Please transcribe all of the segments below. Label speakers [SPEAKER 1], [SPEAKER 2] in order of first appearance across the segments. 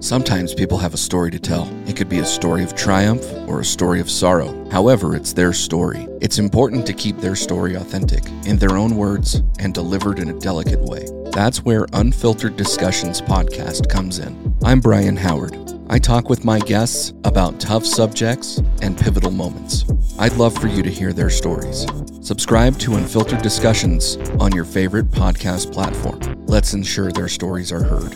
[SPEAKER 1] Sometimes people have a story to tell. It could be a story of triumph or a story of sorrow. However, it's their story. It's important to keep their story authentic, in their own words, and delivered in a delicate way. That's where Unfiltered Discussions podcast comes in. I'm Brian Howard. I talk with my guests about tough subjects and pivotal moments. I'd love for you to hear their stories. Subscribe to Unfiltered Discussions on your favorite podcast platform. Let's ensure their stories are heard.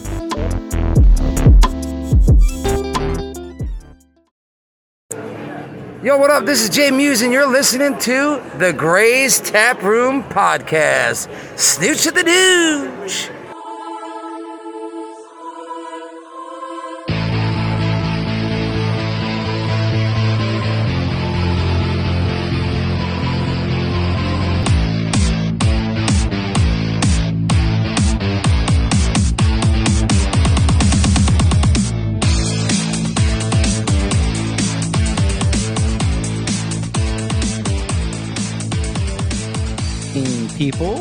[SPEAKER 2] Yo, what up? This is Jay Muse, and you're listening to the Gray's Tap Room Podcast. Snooch of the Dooch.
[SPEAKER 3] people.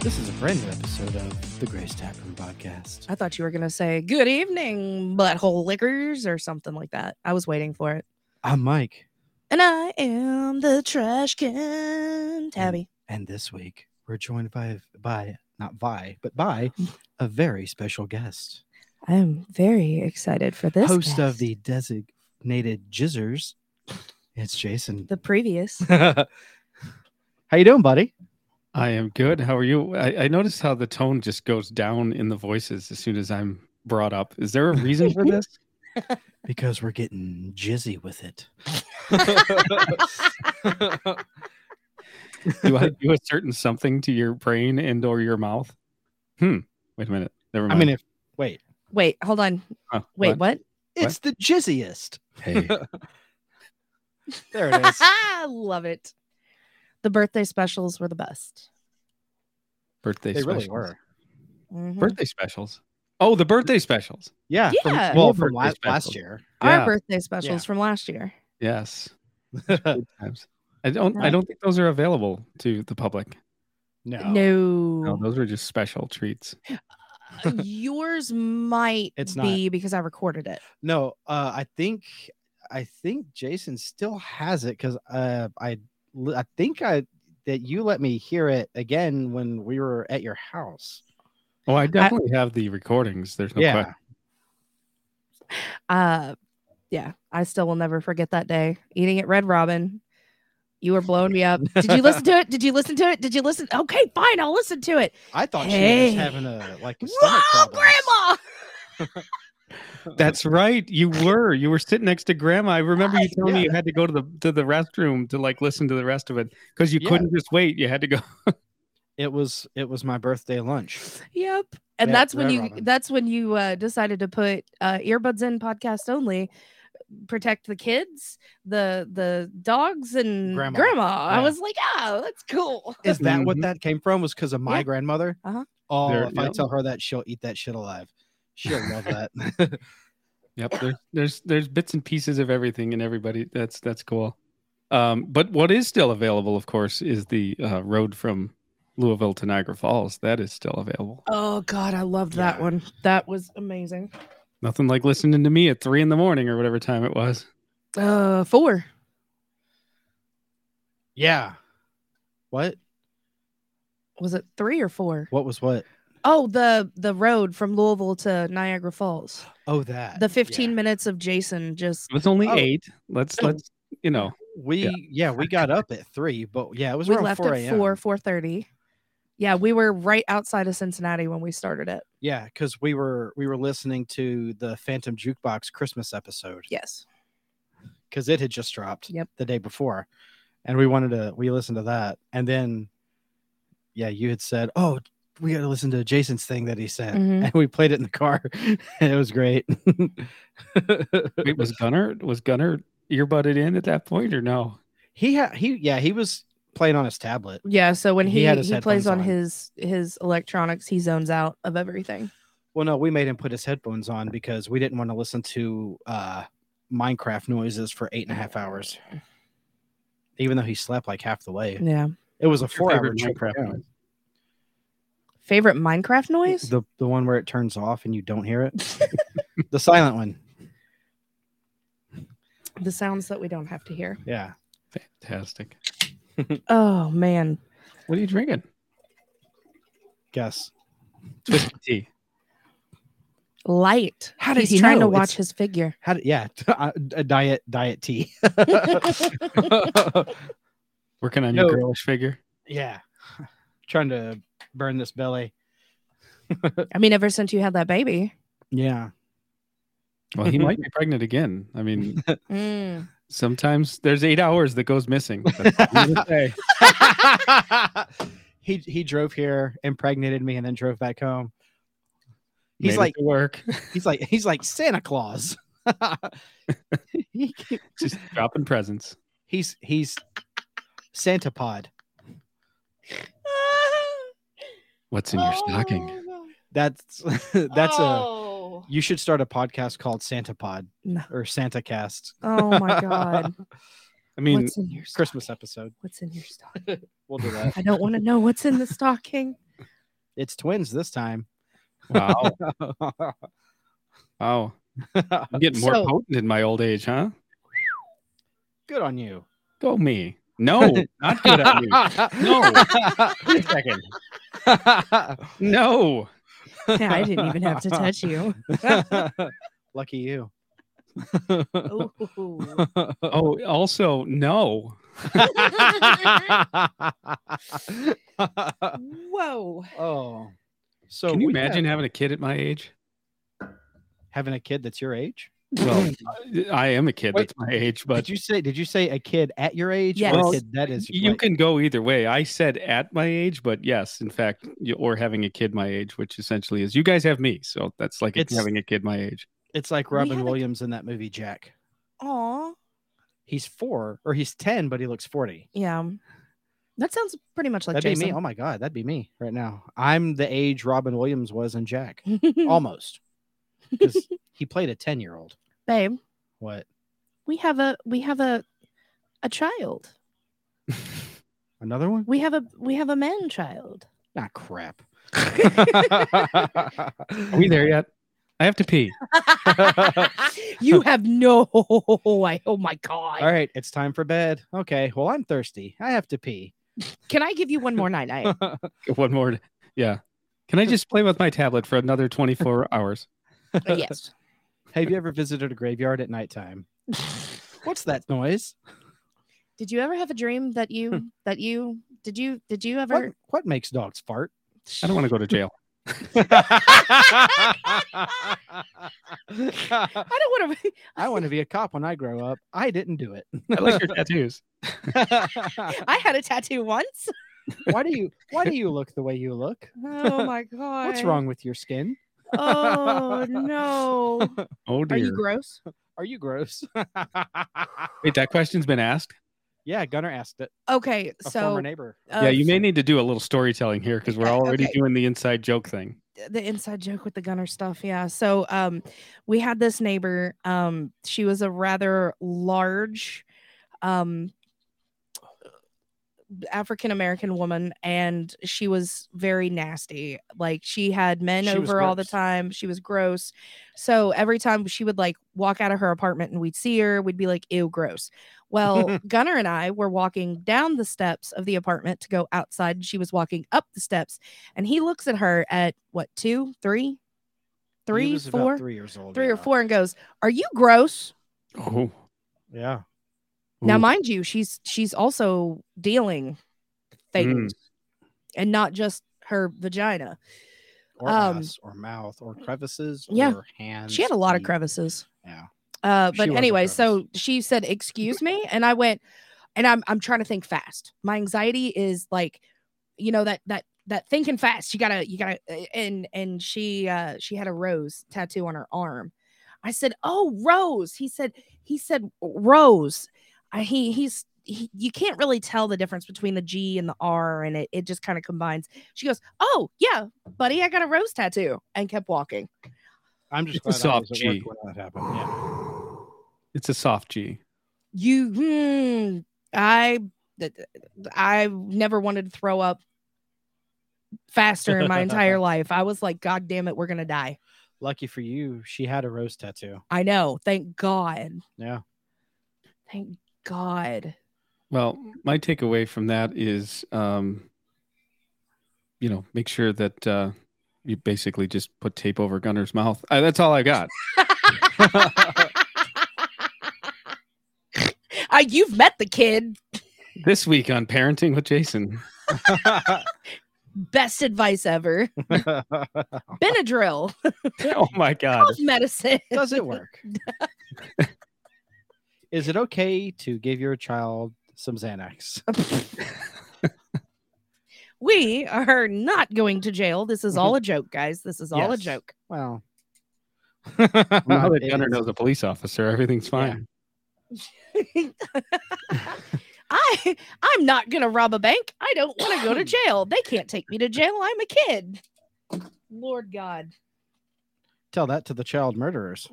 [SPEAKER 3] This is a brand new episode of the Grace Taproom Podcast.
[SPEAKER 4] I thought you were gonna say "Good evening, butthole lickers" or something like that. I was waiting for it.
[SPEAKER 3] I'm Mike,
[SPEAKER 4] And I am the trash can, Tabby.
[SPEAKER 3] and this week we're joined by by not by but by a very special guest,
[SPEAKER 4] I'm very excited for this.
[SPEAKER 3] host of
[SPEAKER 4] guest.
[SPEAKER 3] the designated Jizzers. It's Jason.
[SPEAKER 4] the previous.
[SPEAKER 3] How you doing, buddy?
[SPEAKER 5] I am good. How are you? I, I noticed how the tone just goes down in the voices as soon as I'm brought up. Is there a reason for this?
[SPEAKER 3] Because we're getting jizzy with it.
[SPEAKER 5] Do I do a certain something to your brain and or your mouth? Hmm. Wait a minute. Never
[SPEAKER 3] I
[SPEAKER 5] mind.
[SPEAKER 3] mean, if wait,
[SPEAKER 4] Wait, hold on.
[SPEAKER 5] Huh,
[SPEAKER 4] Wait, what?
[SPEAKER 3] it's the jizziest.
[SPEAKER 1] Hey.
[SPEAKER 3] There it is.
[SPEAKER 4] I Love it. The birthday specials were the best.
[SPEAKER 5] birthday
[SPEAKER 3] they really
[SPEAKER 5] specials.
[SPEAKER 3] were.
[SPEAKER 4] Mhm.
[SPEAKER 5] Birthday specials. Oh, the birthday specials.
[SPEAKER 3] Yeah.
[SPEAKER 4] yeah,
[SPEAKER 5] from-
[SPEAKER 3] Well,
[SPEAKER 5] Yeah,
[SPEAKER 3] from
[SPEAKER 5] birthday
[SPEAKER 3] last, last
[SPEAKER 5] special.
[SPEAKER 3] year.
[SPEAKER 4] our
[SPEAKER 5] yeah.
[SPEAKER 4] birthday specials from last year.
[SPEAKER 5] Yes. Good times. I don't I
[SPEAKER 4] Right.
[SPEAKER 5] don't think those are available to the public. No,
[SPEAKER 4] No,
[SPEAKER 5] those were just special treats.
[SPEAKER 4] yours might
[SPEAKER 3] It's not.
[SPEAKER 4] be because I recorded it.
[SPEAKER 3] No, uh, I think I think Jason still has it because uh, I l- I think I that you let me hear it again when we were at your house.
[SPEAKER 5] Oh, I definitely have the recordings. There's no
[SPEAKER 3] Yeah.
[SPEAKER 5] question.
[SPEAKER 4] uh yeah i still will never forget that day eating at red robin you were blowing me up did you listen to it did you listen to it did you listen okay fine i'll listen to it
[SPEAKER 3] I thought she
[SPEAKER 4] Hey.
[SPEAKER 3] was having a like. a stomach
[SPEAKER 4] whoa
[SPEAKER 3] problems.
[SPEAKER 4] grandma
[SPEAKER 5] That's right. You were. You were sitting next to grandma. I remember you telling me you had to go to the to the restroom to like listen to the rest of it because you
[SPEAKER 3] Yeah.
[SPEAKER 5] couldn't just wait. You had to go.
[SPEAKER 3] It was it was my birthday lunch.
[SPEAKER 4] yep and
[SPEAKER 3] Yeah,
[SPEAKER 4] that's when
[SPEAKER 3] Red
[SPEAKER 4] you
[SPEAKER 3] Robin.
[SPEAKER 4] that's when you uh decided to put uh earbuds in podcast only protect the kids the the dogs and
[SPEAKER 3] Grandma.
[SPEAKER 4] grandma,
[SPEAKER 3] Yeah.
[SPEAKER 4] i was like oh that's cool
[SPEAKER 3] Is that what
[SPEAKER 5] Mhm.
[SPEAKER 3] that came from? Was because of my
[SPEAKER 4] Yeah.
[SPEAKER 3] grandmother?
[SPEAKER 4] Uh-huh.
[SPEAKER 3] Oh,
[SPEAKER 5] There-
[SPEAKER 3] if I
[SPEAKER 5] yep.
[SPEAKER 3] tell her that, she'll eat that shit alive. She'll love that.
[SPEAKER 5] Yep. There's there's there's bits and pieces of everything and everybody. That's that's cool. Um, but what is still available, of course, is the uh, road from Louisville to Niagara Falls. That is still available.
[SPEAKER 4] oh god i loved that
[SPEAKER 3] Yeah.
[SPEAKER 4] one that was amazing
[SPEAKER 5] Nothing like listening to me at three in the morning or whatever time it was.
[SPEAKER 4] uh four
[SPEAKER 3] yeah. What?
[SPEAKER 4] was it three or four
[SPEAKER 3] What was what?
[SPEAKER 4] Oh, the the road from Louisville to Niagara Falls.
[SPEAKER 3] Oh, that
[SPEAKER 4] The
[SPEAKER 3] yeah.
[SPEAKER 4] 15 minutes of Jason just
[SPEAKER 5] It was only
[SPEAKER 3] Oh.
[SPEAKER 5] eight. Let's let's you know.
[SPEAKER 3] We yeah. we got up at three, but yeah, it was
[SPEAKER 4] we
[SPEAKER 3] around
[SPEAKER 4] left
[SPEAKER 3] four
[SPEAKER 4] at
[SPEAKER 3] a.m.
[SPEAKER 4] 4 4:30. Yeah, we were right outside of Cincinnati when we started it.
[SPEAKER 3] Yeah, because we were we were listening to the Phantom Jukebox Christmas episode
[SPEAKER 4] Yes.
[SPEAKER 3] because it had just dropped
[SPEAKER 4] Yep.
[SPEAKER 3] the day before, and we wanted to we listened to that, and then yeah, you had said, "Oh, we got to listen to Jason's thing that he said,"
[SPEAKER 4] Mhm.
[SPEAKER 3] and we played it in the car, and it was great.
[SPEAKER 5] Wait, was Gunner was Gunner earbudded in at that point or no?
[SPEAKER 3] he had he yeah he was playing on his tablet.
[SPEAKER 4] Yeah, so when
[SPEAKER 3] He
[SPEAKER 4] he
[SPEAKER 3] had
[SPEAKER 4] he,
[SPEAKER 3] his headphones
[SPEAKER 4] plays on,
[SPEAKER 3] on.
[SPEAKER 4] his his electronics, he zones out of everything.
[SPEAKER 3] Well, no, we made him put his headphones on because we didn't want to listen to uh, Minecraft noises for eight and a half hours, even though he slept like half the way.
[SPEAKER 4] Yeah.
[SPEAKER 3] It was a
[SPEAKER 5] Your
[SPEAKER 3] four hour
[SPEAKER 5] favorite
[SPEAKER 3] trip.
[SPEAKER 5] Minecraft
[SPEAKER 3] down.
[SPEAKER 5] noise?
[SPEAKER 4] favorite Minecraft noise?
[SPEAKER 3] The the one where it turns off and you don't hear it. the silent one.
[SPEAKER 4] the sounds that we don't have to hear.
[SPEAKER 3] Yeah.
[SPEAKER 5] Fantastic.
[SPEAKER 4] Oh man.
[SPEAKER 5] What are you drinking?
[SPEAKER 3] Guess.
[SPEAKER 5] Twisted tea.
[SPEAKER 4] Light.
[SPEAKER 3] How did
[SPEAKER 4] He's
[SPEAKER 3] he
[SPEAKER 4] trying
[SPEAKER 3] know?
[SPEAKER 4] to watch
[SPEAKER 3] It's-
[SPEAKER 4] his figure.
[SPEAKER 3] How do, yeah, uh, a diet diet tea.
[SPEAKER 5] Working on
[SPEAKER 3] No.
[SPEAKER 5] your girlish figure.
[SPEAKER 3] yeah. Trying to burn this belly.
[SPEAKER 4] I mean, ever since you had that baby.
[SPEAKER 3] Yeah.
[SPEAKER 5] Well, he might be pregnant again. I mean,
[SPEAKER 4] Mm.
[SPEAKER 5] sometimes there's eight hours that goes missing. That's needless to say.
[SPEAKER 3] he he drove here, impregnated me, and then drove back home. He's
[SPEAKER 5] Made it
[SPEAKER 3] like-
[SPEAKER 5] to work,
[SPEAKER 3] He's like he's like Santa Claus. He-
[SPEAKER 5] just dropping presents.
[SPEAKER 3] he's he's Santa Pod.
[SPEAKER 5] What's in your stocking?
[SPEAKER 3] That's that's a
[SPEAKER 4] oh.
[SPEAKER 3] you should start a podcast called Santa Pod
[SPEAKER 4] No.
[SPEAKER 3] or Santa Cast.
[SPEAKER 4] Oh my god.
[SPEAKER 5] I mean,
[SPEAKER 4] what's in your stocking?
[SPEAKER 3] Christmas episode.
[SPEAKER 4] What's in your stocking?
[SPEAKER 3] We'll do that.
[SPEAKER 4] I don't want to know what's in the stocking.
[SPEAKER 3] it's twins this time.
[SPEAKER 5] wow, wow, I'm getting more
[SPEAKER 4] So-
[SPEAKER 5] potent in my old age, huh?
[SPEAKER 3] Good on you.
[SPEAKER 5] Go me. No, not good at you. No. Wait a second. No.
[SPEAKER 4] Yeah, I didn't even have to touch you.
[SPEAKER 3] Lucky you.
[SPEAKER 4] Ooh.
[SPEAKER 5] Oh, also no.
[SPEAKER 4] Whoa.
[SPEAKER 3] oh. So
[SPEAKER 5] Can you
[SPEAKER 3] we have-
[SPEAKER 5] imagine having a kid at my age?
[SPEAKER 3] having a kid that's your age?
[SPEAKER 5] Well, I am a kid
[SPEAKER 3] Wait,
[SPEAKER 5] that's my age, but
[SPEAKER 3] did you say did you say a kid at your age
[SPEAKER 4] Yes.
[SPEAKER 3] or
[SPEAKER 4] Well,
[SPEAKER 3] a kid that is
[SPEAKER 5] you
[SPEAKER 3] like-
[SPEAKER 5] can go either way. I said at my age, but yes, in fact, you, or having a kid my age, which essentially is you guys have me, so that's like
[SPEAKER 3] It's-
[SPEAKER 5] having a kid my age.
[SPEAKER 3] it's like
[SPEAKER 4] We
[SPEAKER 3] Robin
[SPEAKER 4] haven't-
[SPEAKER 3] Williams in that movie Jack.
[SPEAKER 4] Aw.
[SPEAKER 3] He's 4 or he's 10 but he looks 40.
[SPEAKER 4] Yeah. That sounds pretty much like
[SPEAKER 3] that'd be me.
[SPEAKER 4] Jason.
[SPEAKER 3] Oh my god, that'd be me right now. I'm the age Robin Williams was in Jack, almost, because he played a ten year old.
[SPEAKER 4] Babe,
[SPEAKER 3] What?
[SPEAKER 4] we have a we have a a child.
[SPEAKER 3] Another one?
[SPEAKER 4] We have a we have a man child.
[SPEAKER 3] Not crap.
[SPEAKER 5] Are we there yet? I have to pee.
[SPEAKER 4] you have no I oh my god.
[SPEAKER 3] All right, it's time for bed. Okay. Well, I'm thirsty. I have to pee.
[SPEAKER 4] Can I give you one more night night?
[SPEAKER 5] One more. Yeah. Can I just play with my tablet for another 24 hours?
[SPEAKER 4] uh, yes.
[SPEAKER 3] Have you ever visited a graveyard at nighttime? What's that noise?
[SPEAKER 4] Did you ever have a dream that you that you did you did you ever
[SPEAKER 3] What, what makes dogs fart?
[SPEAKER 5] I don't want to go to jail.
[SPEAKER 3] I
[SPEAKER 4] I don't want to
[SPEAKER 3] want to be a cop when I grow up. I didn't do it.
[SPEAKER 5] I like your tattoos.
[SPEAKER 4] I had a tattoo once.
[SPEAKER 3] why do you why do you look the way you look?
[SPEAKER 4] Oh my god.
[SPEAKER 3] What's wrong with your skin?
[SPEAKER 4] Oh no.
[SPEAKER 5] Oh
[SPEAKER 4] Are you
[SPEAKER 5] dear.
[SPEAKER 4] gross?
[SPEAKER 3] Are you gross?
[SPEAKER 5] Wait, that question's been asked.
[SPEAKER 3] yeah, Gunnar asked it.
[SPEAKER 4] Okay,
[SPEAKER 3] A
[SPEAKER 4] so
[SPEAKER 3] former neighbor.
[SPEAKER 4] uh,
[SPEAKER 5] yeah, you may need to do a little storytelling here because we're
[SPEAKER 4] Uh,
[SPEAKER 5] already
[SPEAKER 4] okay.
[SPEAKER 5] doing the inside joke thing.
[SPEAKER 4] the inside joke with the gunner stuff yeah so um we had this neighbor um she was a rather large um african american woman and she was very nasty like she had men
[SPEAKER 3] She was
[SPEAKER 4] over all the
[SPEAKER 3] gross.
[SPEAKER 4] time she was gross so every time she would like walk out of her apartment and we'd see her we'd be like ew gross well gunner and i were walking down the steps of the apartment to go outside and she was walking up the steps and he looks at her at what two, three,
[SPEAKER 3] He
[SPEAKER 4] three,
[SPEAKER 3] was about
[SPEAKER 4] four, three
[SPEAKER 3] three years old.
[SPEAKER 4] or
[SPEAKER 3] yeah.
[SPEAKER 4] four, and goes, "Are you gross?"
[SPEAKER 5] Oh.
[SPEAKER 3] Yeah.
[SPEAKER 4] Now,
[SPEAKER 5] Ooh.
[SPEAKER 4] mind you, she's she's also dealing
[SPEAKER 3] Mm.
[SPEAKER 4] things, and not just her vagina.
[SPEAKER 3] Or
[SPEAKER 4] Um,
[SPEAKER 3] ass, or mouth, or crevices,
[SPEAKER 4] yeah.
[SPEAKER 3] or hands.
[SPEAKER 4] She had a lot of
[SPEAKER 3] feet.
[SPEAKER 4] crevices.
[SPEAKER 3] Yeah.
[SPEAKER 4] Uh,
[SPEAKER 3] She
[SPEAKER 4] but
[SPEAKER 3] was a
[SPEAKER 4] anyway,
[SPEAKER 3] crevice.
[SPEAKER 4] so she said, "Excuse me," and I went, and I'm I'm trying to think fast. My anxiety is like, you know that that that thinking fast. You gotta you gotta uh, and and she uh she had a rose tattoo on her arm. I said, "Oh, rose." He said he said rose. I, he he's he, you can't really tell the difference between the G and the R, and it it just kind of combines. She goes, "Oh yeah, buddy, I got a rose tattoo," and kept walking.
[SPEAKER 3] I'm just
[SPEAKER 5] It's a
[SPEAKER 3] glad I was
[SPEAKER 5] soft
[SPEAKER 3] at work
[SPEAKER 5] G.
[SPEAKER 3] when that happened. Yeah.
[SPEAKER 5] It's a soft G.
[SPEAKER 4] you hmm, i th- th- i never wanted to throw up faster in my entire life. I was like, God damn it, we're gonna die.
[SPEAKER 3] Lucky for you, she had a rose tattoo.
[SPEAKER 4] I know. Thank God.
[SPEAKER 3] Yeah.
[SPEAKER 4] Thank God.
[SPEAKER 5] Well, my takeaway from that is, um, you know, make sure that uh, you basically just put tape over Gunner's mouth. Uh, that's all I got.
[SPEAKER 4] I, you've met the kid.
[SPEAKER 5] This week on Parenting with Jason.
[SPEAKER 4] Best advice ever. Benadryl,
[SPEAKER 5] Oh my God.
[SPEAKER 4] health medicine.
[SPEAKER 3] Does it work? Is it okay to give your child some Xanax?
[SPEAKER 4] We are not going to jail. This is all a joke, guys. This is all a
[SPEAKER 3] Yes.
[SPEAKER 4] joke.
[SPEAKER 3] Well,
[SPEAKER 5] Now
[SPEAKER 3] Not-
[SPEAKER 5] that
[SPEAKER 3] it
[SPEAKER 5] Gunner
[SPEAKER 3] is-
[SPEAKER 5] knows a police officer, everything's
[SPEAKER 3] Yeah.
[SPEAKER 5] fine.
[SPEAKER 4] I I'm not gonna rob a bank. I don't want to go to jail. They can't take me to jail. I'm a kid. Lord God.
[SPEAKER 3] tell that to the child murderers.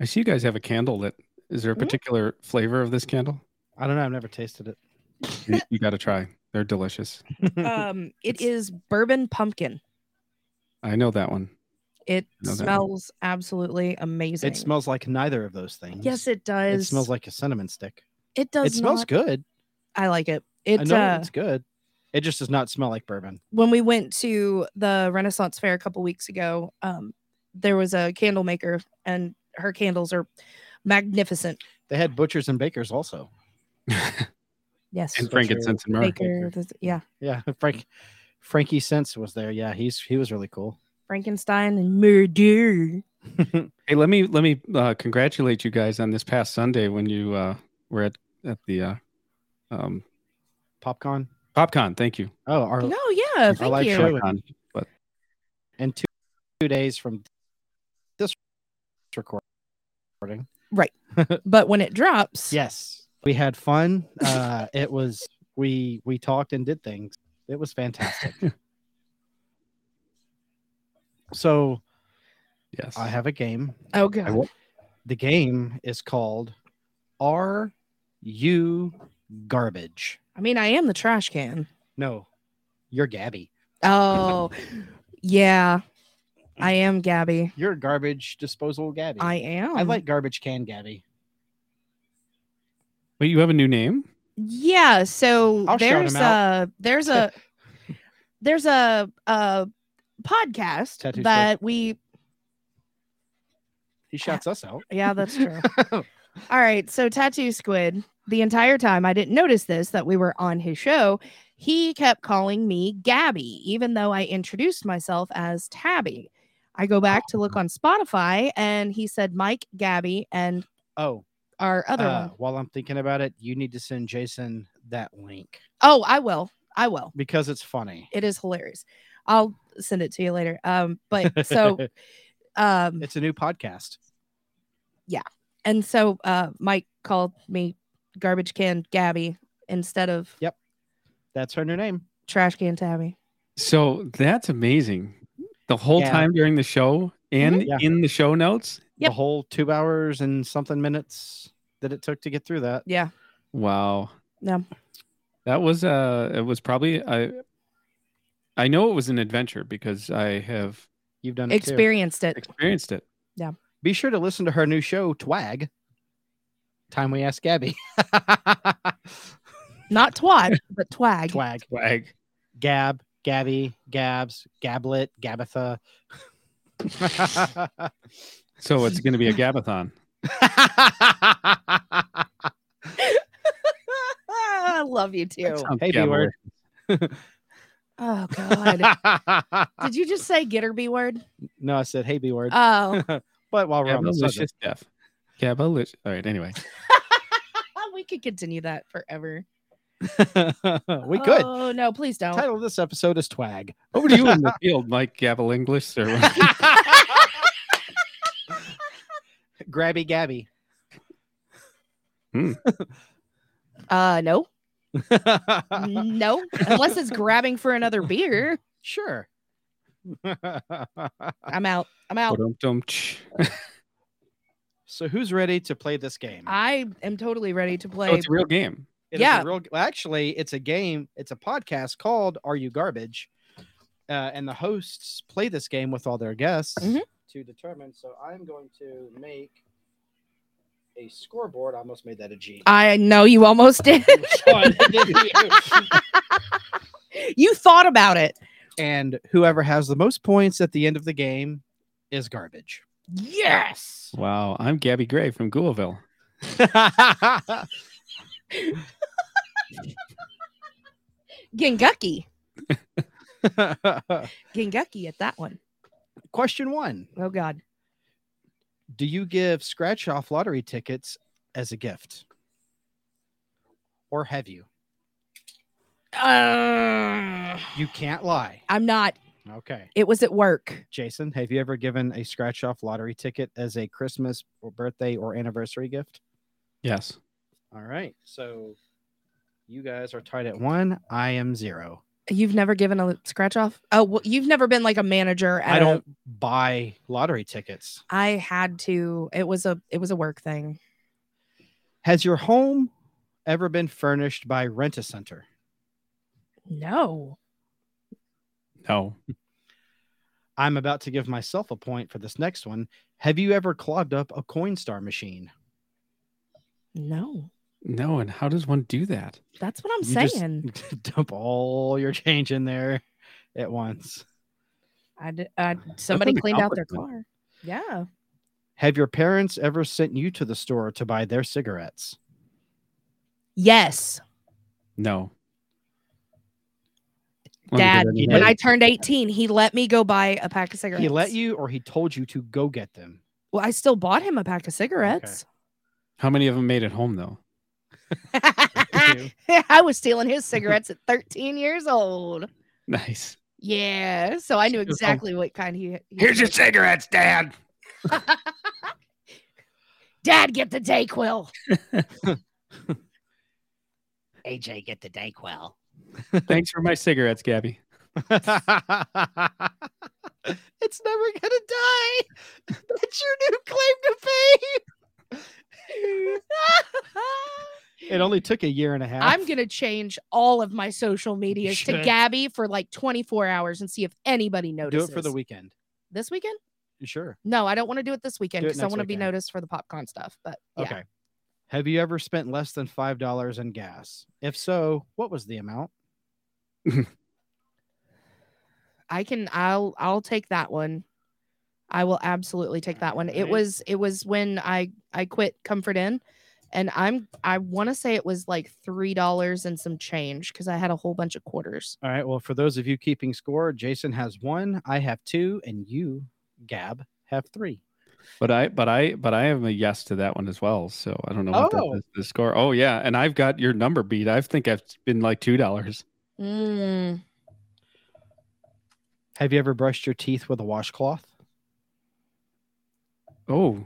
[SPEAKER 5] I see you guys have a candle that. Is there a
[SPEAKER 4] Mhm.
[SPEAKER 5] particular flavor of this candle?
[SPEAKER 3] I don't know. I've never tasted it.
[SPEAKER 5] You, you got to try. They're delicious.
[SPEAKER 4] Um, it is bourbon pumpkin.
[SPEAKER 5] I know that one.
[SPEAKER 4] It
[SPEAKER 5] No, that-
[SPEAKER 4] smells absolutely amazing.
[SPEAKER 3] It smells like neither of those things.
[SPEAKER 4] Yes, it
[SPEAKER 3] It
[SPEAKER 4] does.
[SPEAKER 3] smells like a cinnamon stick.
[SPEAKER 4] It
[SPEAKER 3] It
[SPEAKER 4] does.
[SPEAKER 3] smells
[SPEAKER 4] not-
[SPEAKER 3] good.
[SPEAKER 4] I like it.
[SPEAKER 3] I
[SPEAKER 4] It
[SPEAKER 3] know
[SPEAKER 4] uh,
[SPEAKER 3] it's good. It just does not smell like bourbon.
[SPEAKER 4] when we went to the Renaissance Fair a couple weeks ago, um, there was a candle maker, and her candles are magnificent.
[SPEAKER 3] They had butchers and bakers also.
[SPEAKER 4] Yes,
[SPEAKER 5] And frankincense and myrrh.
[SPEAKER 4] maker. th- Yeah,
[SPEAKER 3] Yeah, Frank Frankie Sense was there. Yeah, he's he was really cool.
[SPEAKER 4] Frankenstein and murder.
[SPEAKER 5] Hey, let me let me uh, congratulate you guys on this past Sunday when you uh, were at at the uh, um,
[SPEAKER 3] Popcorn.
[SPEAKER 5] PopCon. Thank you.
[SPEAKER 3] Oh, our
[SPEAKER 4] No, yeah, thank
[SPEAKER 3] like
[SPEAKER 4] you.
[SPEAKER 3] show.
[SPEAKER 5] PopCon.
[SPEAKER 3] and two, two days from this recording.
[SPEAKER 4] But when it drops,
[SPEAKER 3] Yes, we had fun. Uh, it was we we talked and did things. It was fantastic. so
[SPEAKER 5] Yes.
[SPEAKER 3] I have a game.
[SPEAKER 4] oh god,
[SPEAKER 5] will-
[SPEAKER 3] The game is called Are You Garbage?
[SPEAKER 4] I mean, I am the trash can.
[SPEAKER 3] No, you're Gabby.
[SPEAKER 4] Oh, yeah, I am Gabby.
[SPEAKER 3] You're garbage disposal Gabby.
[SPEAKER 4] I am.
[SPEAKER 3] I like garbage can Gabby.
[SPEAKER 5] Wait, you have a new name?
[SPEAKER 4] Yeah, so
[SPEAKER 3] I'll shout 'em
[SPEAKER 4] there's
[SPEAKER 3] out.
[SPEAKER 4] a there's a there's a a podcast
[SPEAKER 3] Tattoo
[SPEAKER 4] that we
[SPEAKER 3] He shouts us out.
[SPEAKER 4] yeah, Oh, that's true. All right, so Tattoo Squid, the entire time I didn't notice this that we were on his show, he kept calling me Gabby even though I introduced myself as Tabby. I go back to look on Spotify and he said Mike, Gabby and
[SPEAKER 3] oh,
[SPEAKER 4] our other
[SPEAKER 3] uh,
[SPEAKER 4] one.
[SPEAKER 3] while I'm thinking about it, you need to send Jason that link
[SPEAKER 4] Oh, I will. I will.
[SPEAKER 3] because it's funny.
[SPEAKER 4] It is hilarious. I'll send it to you later. Um but so um
[SPEAKER 3] it's a new podcast.
[SPEAKER 4] and so uh mike called me garbage can gabby instead of
[SPEAKER 3] Yep. That's her new name.
[SPEAKER 4] trash can tabby
[SPEAKER 5] So that's amazing. The whole
[SPEAKER 3] Yeah.
[SPEAKER 5] time during the show and
[SPEAKER 3] Mhm. Yeah.
[SPEAKER 5] in the show notes.
[SPEAKER 4] Yep.
[SPEAKER 3] The whole two hours and something minutes that it took to get through that.
[SPEAKER 4] yeah
[SPEAKER 5] Wow.
[SPEAKER 4] Yeah.
[SPEAKER 5] That was uh it was probably I I know it was an adventure because I have
[SPEAKER 3] You've done it too.
[SPEAKER 4] experienced it
[SPEAKER 5] experienced it.
[SPEAKER 3] Be sure to listen to her new show, Twag. Time we ask Gabby.
[SPEAKER 4] not twat but twag
[SPEAKER 3] Twag.
[SPEAKER 5] Swag.
[SPEAKER 3] Gab, Gabby, Gabs, Gablet, Gabatha.
[SPEAKER 5] So it's gonna be a gabathon.
[SPEAKER 4] Ah, i love you too
[SPEAKER 5] Sounds
[SPEAKER 3] Hey,
[SPEAKER 5] gabble-
[SPEAKER 3] B-word.
[SPEAKER 4] oh god did you just say get her b word
[SPEAKER 3] no, I said, hey, B word.
[SPEAKER 4] oh
[SPEAKER 3] but while we're on the subject,
[SPEAKER 5] Gabalicious Jeff. Gabalicious. All right, anyway.
[SPEAKER 4] we could continue that forever
[SPEAKER 3] we could.
[SPEAKER 4] oh no please don't
[SPEAKER 3] Title of this episode is Twag.
[SPEAKER 5] Over to you in the field, Mike Gabal English or what?
[SPEAKER 3] Grabby Gabby.
[SPEAKER 4] uh no no unless it's grabbing for another beer
[SPEAKER 3] sure.
[SPEAKER 4] i'm out i'm out
[SPEAKER 5] Ba-dum-dum-tsh.
[SPEAKER 3] so who's ready to play this game?
[SPEAKER 4] i am totally ready to
[SPEAKER 5] So
[SPEAKER 4] play
[SPEAKER 3] Oh,
[SPEAKER 5] it's a real game.
[SPEAKER 3] It is
[SPEAKER 4] Uh, Yeah.
[SPEAKER 3] a real. Well, actually, it's a game. It's a podcast called "Are You Garbage," uh, and the hosts play this game with all their guests
[SPEAKER 4] Mhm.
[SPEAKER 3] to determine. So I'm going to make a scoreboard. I almost made that a G.
[SPEAKER 4] I know you almost did.
[SPEAKER 3] Sean, did you?
[SPEAKER 4] you thought about it.
[SPEAKER 3] and whoever has the most points at the end of the game is garbage.
[SPEAKER 4] Yes.
[SPEAKER 5] Wow, I'm Gabby Gray from Ghoulville.
[SPEAKER 4] Gengucky. Gengucky at that one.
[SPEAKER 3] Question one:
[SPEAKER 4] Oh God.
[SPEAKER 3] Do you give scratch-off lottery tickets as a gift, or have you?
[SPEAKER 4] Uh,
[SPEAKER 3] You can't lie.
[SPEAKER 4] I'm not.
[SPEAKER 3] Okay.
[SPEAKER 4] It was at work.
[SPEAKER 3] Jason, have you ever given a scratch off lottery ticket as a Christmas or birthday or anniversary gift?
[SPEAKER 5] Yes.
[SPEAKER 3] All right. So you guys are tied at one. I am zero.
[SPEAKER 4] You've never given a scratch off. Oh, well, you've never been like a manager. At
[SPEAKER 3] I
[SPEAKER 4] a-
[SPEAKER 3] don't buy lottery tickets.
[SPEAKER 4] I had to. It was a. It was a work thing.
[SPEAKER 3] Has your home ever been furnished by Rent a Center?
[SPEAKER 4] No.
[SPEAKER 5] No.
[SPEAKER 3] I'm about to give myself a point for this next one. Have you ever clogged up a Coinstar machine?
[SPEAKER 4] No.
[SPEAKER 5] No. And how does one do that?
[SPEAKER 4] That's what I'm
[SPEAKER 3] You just
[SPEAKER 4] saying.
[SPEAKER 3] dump all your change in there at once.
[SPEAKER 4] I, d- I somebody
[SPEAKER 5] an
[SPEAKER 4] cleaned out their car.
[SPEAKER 5] accomplishment.
[SPEAKER 4] Yeah.
[SPEAKER 3] Have your parents ever sent you to the store to buy their cigarettes?
[SPEAKER 4] Yes,
[SPEAKER 5] No.
[SPEAKER 4] Dad.
[SPEAKER 5] He
[SPEAKER 4] When I turned 18, he let me go buy a pack of cigarettes.
[SPEAKER 3] He let you, or he told you to go get them.
[SPEAKER 4] Well, I still bought him a pack of cigarettes.
[SPEAKER 5] How many of them made it home though?
[SPEAKER 4] I was stealing his cigarettes at 13 years old.
[SPEAKER 5] Nice.
[SPEAKER 4] Yeah, so I knew
[SPEAKER 5] Just-
[SPEAKER 4] exactly what kind he. he
[SPEAKER 5] Here's your
[SPEAKER 4] was.
[SPEAKER 5] cigarettes, Dad.
[SPEAKER 4] Dad, get the Dayquil. AJ, get the Dayquil.
[SPEAKER 5] Thanks for my cigarettes, Gabby.
[SPEAKER 3] it's never gonna die. That's your new claim to fame. It only took a year and a half.
[SPEAKER 4] I'm gonna change all of my social medias to
[SPEAKER 3] should.
[SPEAKER 4] Gabby for like 24 hours and see if anybody
[SPEAKER 3] do
[SPEAKER 4] notices.
[SPEAKER 3] it for the weekend.
[SPEAKER 4] This weekend.
[SPEAKER 3] Sure.
[SPEAKER 4] No, I don't want to do it this weekend
[SPEAKER 3] Do it
[SPEAKER 4] because I
[SPEAKER 3] next
[SPEAKER 4] want to be
[SPEAKER 3] weekend.
[SPEAKER 4] noticed for the popcorn stuff. But yeah,
[SPEAKER 3] Okay. Have you ever spent less than five dollars in gas? If so, what was the amount?
[SPEAKER 4] I can. I'll. I'll take that one. I will absolutely take that one. It
[SPEAKER 3] Alright.
[SPEAKER 4] was. It was when I I quit Comfort Inn, and I'm. I want to say it was like three dollars and some change because I had a whole bunch of quarters.
[SPEAKER 3] All right. Well, for those of you keeping score, Jason has one, I have two, and you, Gab, have three.
[SPEAKER 5] But I, but I, but I am a yes to that one as well. So I don't know what
[SPEAKER 3] Oh.
[SPEAKER 5] that is, the score. Oh yeah, and I've got your number beat. I think I've been like two dollars.
[SPEAKER 4] Mm.
[SPEAKER 3] Have you ever brushed your teeth with a washcloth?
[SPEAKER 5] Oh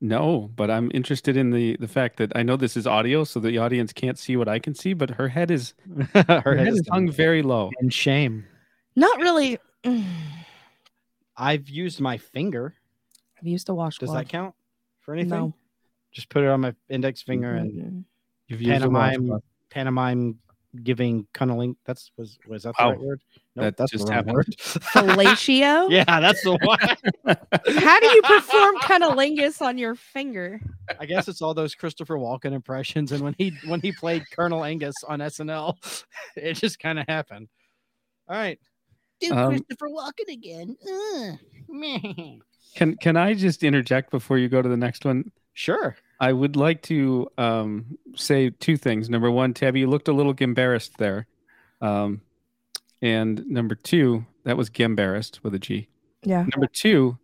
[SPEAKER 5] no, but I'm interested in the the fact that I know this is audio, so the audience can't see what I can see. But her head is her, head, is hung very low.
[SPEAKER 3] in shame.
[SPEAKER 4] Not really. Mm.
[SPEAKER 3] I've used my finger.
[SPEAKER 4] I've used a
[SPEAKER 3] Does
[SPEAKER 4] washcloth.
[SPEAKER 3] that count for anything?
[SPEAKER 4] No.
[SPEAKER 3] Just put it on my index finger and
[SPEAKER 4] Mm-mm.
[SPEAKER 5] You've used a
[SPEAKER 3] pantomime,
[SPEAKER 5] washcloth.
[SPEAKER 3] pantomime giving cunniling. That's was was that the
[SPEAKER 5] Wow.
[SPEAKER 3] right word?
[SPEAKER 5] That
[SPEAKER 3] the
[SPEAKER 5] just
[SPEAKER 3] wrong
[SPEAKER 5] happened.
[SPEAKER 4] Fellatio.
[SPEAKER 3] yeah, that's the one.
[SPEAKER 4] How do you perform cunnilingus on your finger?
[SPEAKER 3] I guess it's all those Christopher Walken impressions, and when he when he played Colonel Angus on SNL, it just kind of happened. All right, do
[SPEAKER 5] Um,
[SPEAKER 3] Christopher Walken again? Ugh, meh.
[SPEAKER 5] Can can I just interject before you go to the next one?
[SPEAKER 3] Sure.
[SPEAKER 5] I would like to um, say two things. Number one, Tabby, you looked a little embarrassed there, um, and number two, that was embarrassed with a G.
[SPEAKER 4] Yeah.
[SPEAKER 5] Number two,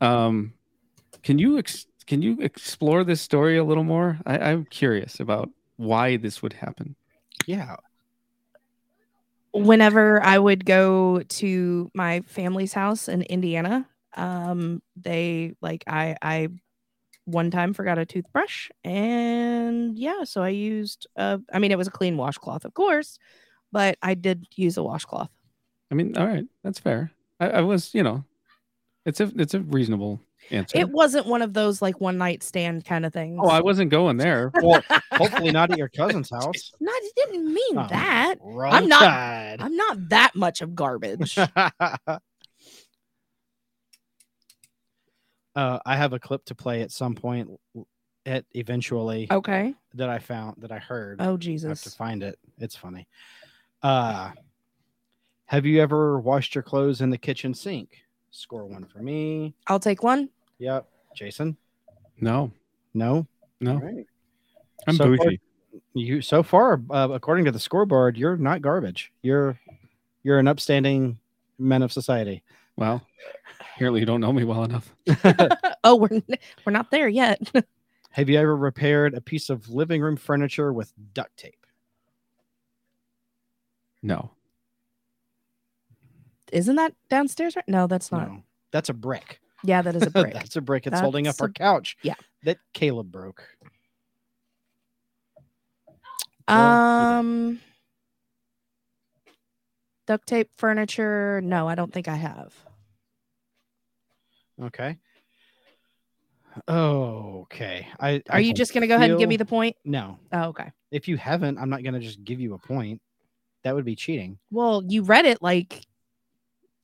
[SPEAKER 5] um, can you ex- can you explore this story a little more? I, I'm curious about why this would happen.
[SPEAKER 3] Yeah.
[SPEAKER 4] whenever I would go to my family's house in Indiana, um, they like I I one time forgot a toothbrush and yeah, so I used uh I mean it was a clean washcloth, of course, but I did use a washcloth.
[SPEAKER 5] I mean, all right, that's fair. I, I was, you know, it's a it's a reasonable answer.
[SPEAKER 4] It wasn't one of those like one night stand kind of things.
[SPEAKER 5] oh, I wasn't going there.
[SPEAKER 3] Well, hopefully not at your cousin's house.
[SPEAKER 4] no, I didn't mean
[SPEAKER 3] Oh,
[SPEAKER 4] that.
[SPEAKER 3] Wrong
[SPEAKER 4] I'm not-
[SPEAKER 3] side.
[SPEAKER 4] I'm not that much of garbage.
[SPEAKER 3] uh, I have a clip to play at some point, at eventually
[SPEAKER 4] okay.
[SPEAKER 3] that I found that I heard.
[SPEAKER 4] Oh
[SPEAKER 3] I have to
[SPEAKER 4] Jesus.
[SPEAKER 3] find it. It's funny. Uh, have you ever washed your clothes in the kitchen sink? Score one for me.
[SPEAKER 4] I'll take one.
[SPEAKER 3] Yep. Jason,
[SPEAKER 5] No,
[SPEAKER 3] no.
[SPEAKER 5] no,
[SPEAKER 3] Alright.
[SPEAKER 5] I'm
[SPEAKER 3] So far-
[SPEAKER 5] bougie.
[SPEAKER 3] You so far, uh, according to the scoreboard, you're not garbage. You're you're an upstanding man of society.
[SPEAKER 5] Well, apparently you don't know me well enough.
[SPEAKER 4] oh, we're n- we're not there yet.
[SPEAKER 3] Have you ever repaired a piece of living room furniture with duct tape?
[SPEAKER 5] No,
[SPEAKER 4] Isn't that downstairs? Right? No, that's not.
[SPEAKER 3] No, that's a brick.
[SPEAKER 4] Yeah, that is a brick.
[SPEAKER 3] that's a brick. It's holding up
[SPEAKER 4] That's
[SPEAKER 3] our
[SPEAKER 4] a-
[SPEAKER 3] couch.
[SPEAKER 4] yeah.
[SPEAKER 3] that Caleb broke.
[SPEAKER 4] um, duct tape furniture. No, I don't think I have.
[SPEAKER 3] Okay. Okay. I
[SPEAKER 4] Are you just gonna go ahead and give me the point?
[SPEAKER 3] no?
[SPEAKER 4] Oh, okay.
[SPEAKER 3] If you haven't, I'm not gonna just give you a point. That would be cheating.
[SPEAKER 4] Well, you read it like,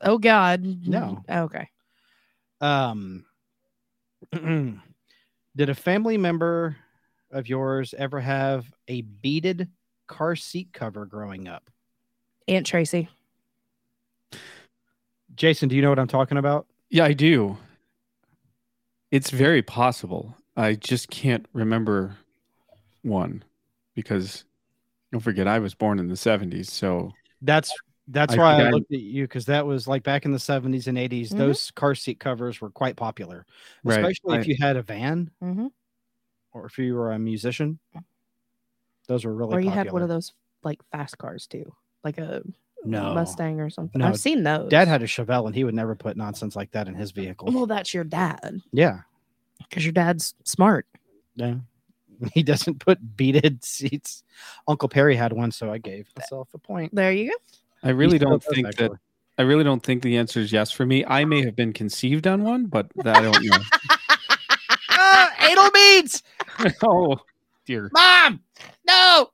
[SPEAKER 4] oh God. Mm-hmm.
[SPEAKER 3] No.
[SPEAKER 4] Okay.
[SPEAKER 3] Um, did a family member of yours ever have a beaded car seat cover growing up?
[SPEAKER 4] Aunt Tracy.
[SPEAKER 3] Jason, do you know what I'm talking about?
[SPEAKER 5] yeah, I do. It's very possible. I just can't remember one because don't forget I was born in the '70s, so
[SPEAKER 3] That's that's
[SPEAKER 5] I
[SPEAKER 3] why
[SPEAKER 5] think
[SPEAKER 3] I
[SPEAKER 5] I-
[SPEAKER 3] looked at you because that was like back in the 70s and 80s.
[SPEAKER 4] Mhm.
[SPEAKER 3] Those car seat covers were quite popular,
[SPEAKER 5] Right,
[SPEAKER 3] especially if
[SPEAKER 5] I-
[SPEAKER 3] you had a van.
[SPEAKER 4] Mm-hmm.
[SPEAKER 3] or if you were a musician, those were really
[SPEAKER 4] Or you
[SPEAKER 3] popular.
[SPEAKER 4] had one of those like fast cars too, like a
[SPEAKER 3] No.
[SPEAKER 4] Mustang or something.
[SPEAKER 3] No,
[SPEAKER 4] I've seen those.
[SPEAKER 3] Dad had a Chevelle, and he would never put nonsense like that in his vehicle.
[SPEAKER 4] Well, that's your dad
[SPEAKER 3] yeah,
[SPEAKER 4] because your dad's smart.
[SPEAKER 3] yeah. He doesn't put beaded seats. Uncle Perry had one, so I gave myself a point.
[SPEAKER 4] There you go.
[SPEAKER 5] I
[SPEAKER 3] He
[SPEAKER 5] really
[SPEAKER 3] still
[SPEAKER 5] don't
[SPEAKER 3] does,
[SPEAKER 5] think that
[SPEAKER 3] actually.
[SPEAKER 5] I really don't think the answer is yes for me. I may have been conceived on one, but I don't know.
[SPEAKER 3] Ah, anal beads,
[SPEAKER 5] oh dear.
[SPEAKER 3] mom. No,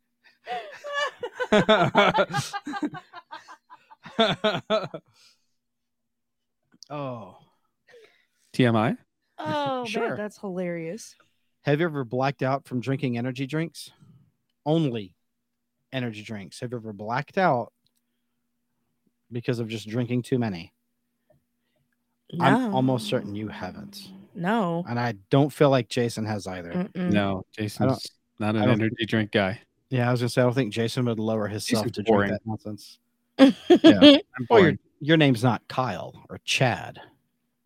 [SPEAKER 3] oh.
[SPEAKER 5] TMI?
[SPEAKER 4] Oh,
[SPEAKER 3] Sure.
[SPEAKER 4] man, that's hilarious.
[SPEAKER 3] Have you ever blacked out from drinking energy drinks? Only energy drinks. Have you ever blacked out because of just drinking too many? I'm
[SPEAKER 4] No.
[SPEAKER 3] almost certain you haven't.
[SPEAKER 4] No.
[SPEAKER 3] And I don't feel like Jason has either.
[SPEAKER 4] Mm-mm.
[SPEAKER 5] No, Jason's not an
[SPEAKER 3] don't-
[SPEAKER 5] energy drink guy.
[SPEAKER 3] Yeah, I was gonna say I don't think Jason would lower his self
[SPEAKER 5] Jason's
[SPEAKER 3] to
[SPEAKER 5] boring. Oh,
[SPEAKER 3] drink that nonsense.
[SPEAKER 5] Yeah. I'm
[SPEAKER 3] Or your,
[SPEAKER 5] boring.
[SPEAKER 3] your name's not Kyle or Chad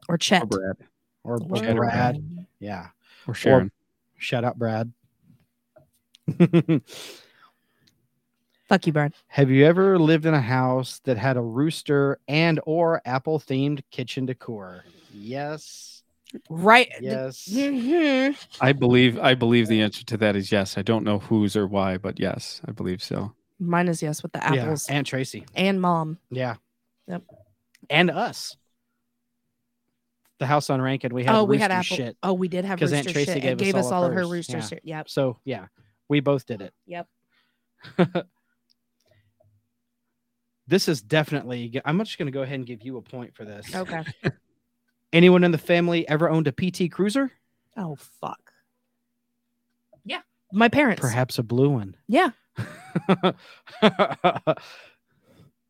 [SPEAKER 4] Or Chet.
[SPEAKER 5] Or Brad.
[SPEAKER 3] or,
[SPEAKER 4] Or
[SPEAKER 5] Chad or
[SPEAKER 3] Brad. Yeah.
[SPEAKER 5] Or Sharon.
[SPEAKER 3] Shout out Brad.
[SPEAKER 4] Fuck you, Brad.
[SPEAKER 3] Have you ever lived in a house that had a rooster and or apple themed kitchen decor? Yes.
[SPEAKER 4] Right.
[SPEAKER 3] Yes.
[SPEAKER 4] Mm-hmm.
[SPEAKER 5] I believe I believe the answer to that is yes. I don't know whose or why, but yes, I believe so.
[SPEAKER 4] Mine is yes with the apples
[SPEAKER 3] Yeah. And Tracy.
[SPEAKER 4] and mom.
[SPEAKER 3] Yeah.
[SPEAKER 4] Yep.
[SPEAKER 3] And us. The house on Rankin, we had
[SPEAKER 4] oh,
[SPEAKER 3] rooster
[SPEAKER 4] we had apple.
[SPEAKER 3] shit.
[SPEAKER 4] Oh, we did have
[SPEAKER 3] 'Cause
[SPEAKER 4] rooster
[SPEAKER 3] Aunt Tracy
[SPEAKER 4] shit.
[SPEAKER 3] gave us
[SPEAKER 4] Gave, gave
[SPEAKER 3] all
[SPEAKER 4] us
[SPEAKER 3] of
[SPEAKER 4] all of her
[SPEAKER 3] hers.
[SPEAKER 4] rooster
[SPEAKER 3] Yeah.
[SPEAKER 4] shit. Yep.
[SPEAKER 3] So yeah, we both did it.
[SPEAKER 4] Yep.
[SPEAKER 3] This is definitely I'm just gonna go ahead and give you a point for this.
[SPEAKER 4] Okay.
[SPEAKER 3] Anyone in the family ever owned a PT cruiser?
[SPEAKER 4] oh fuck. Yeah. My parents.
[SPEAKER 3] Perhaps a blue one.
[SPEAKER 4] Yeah.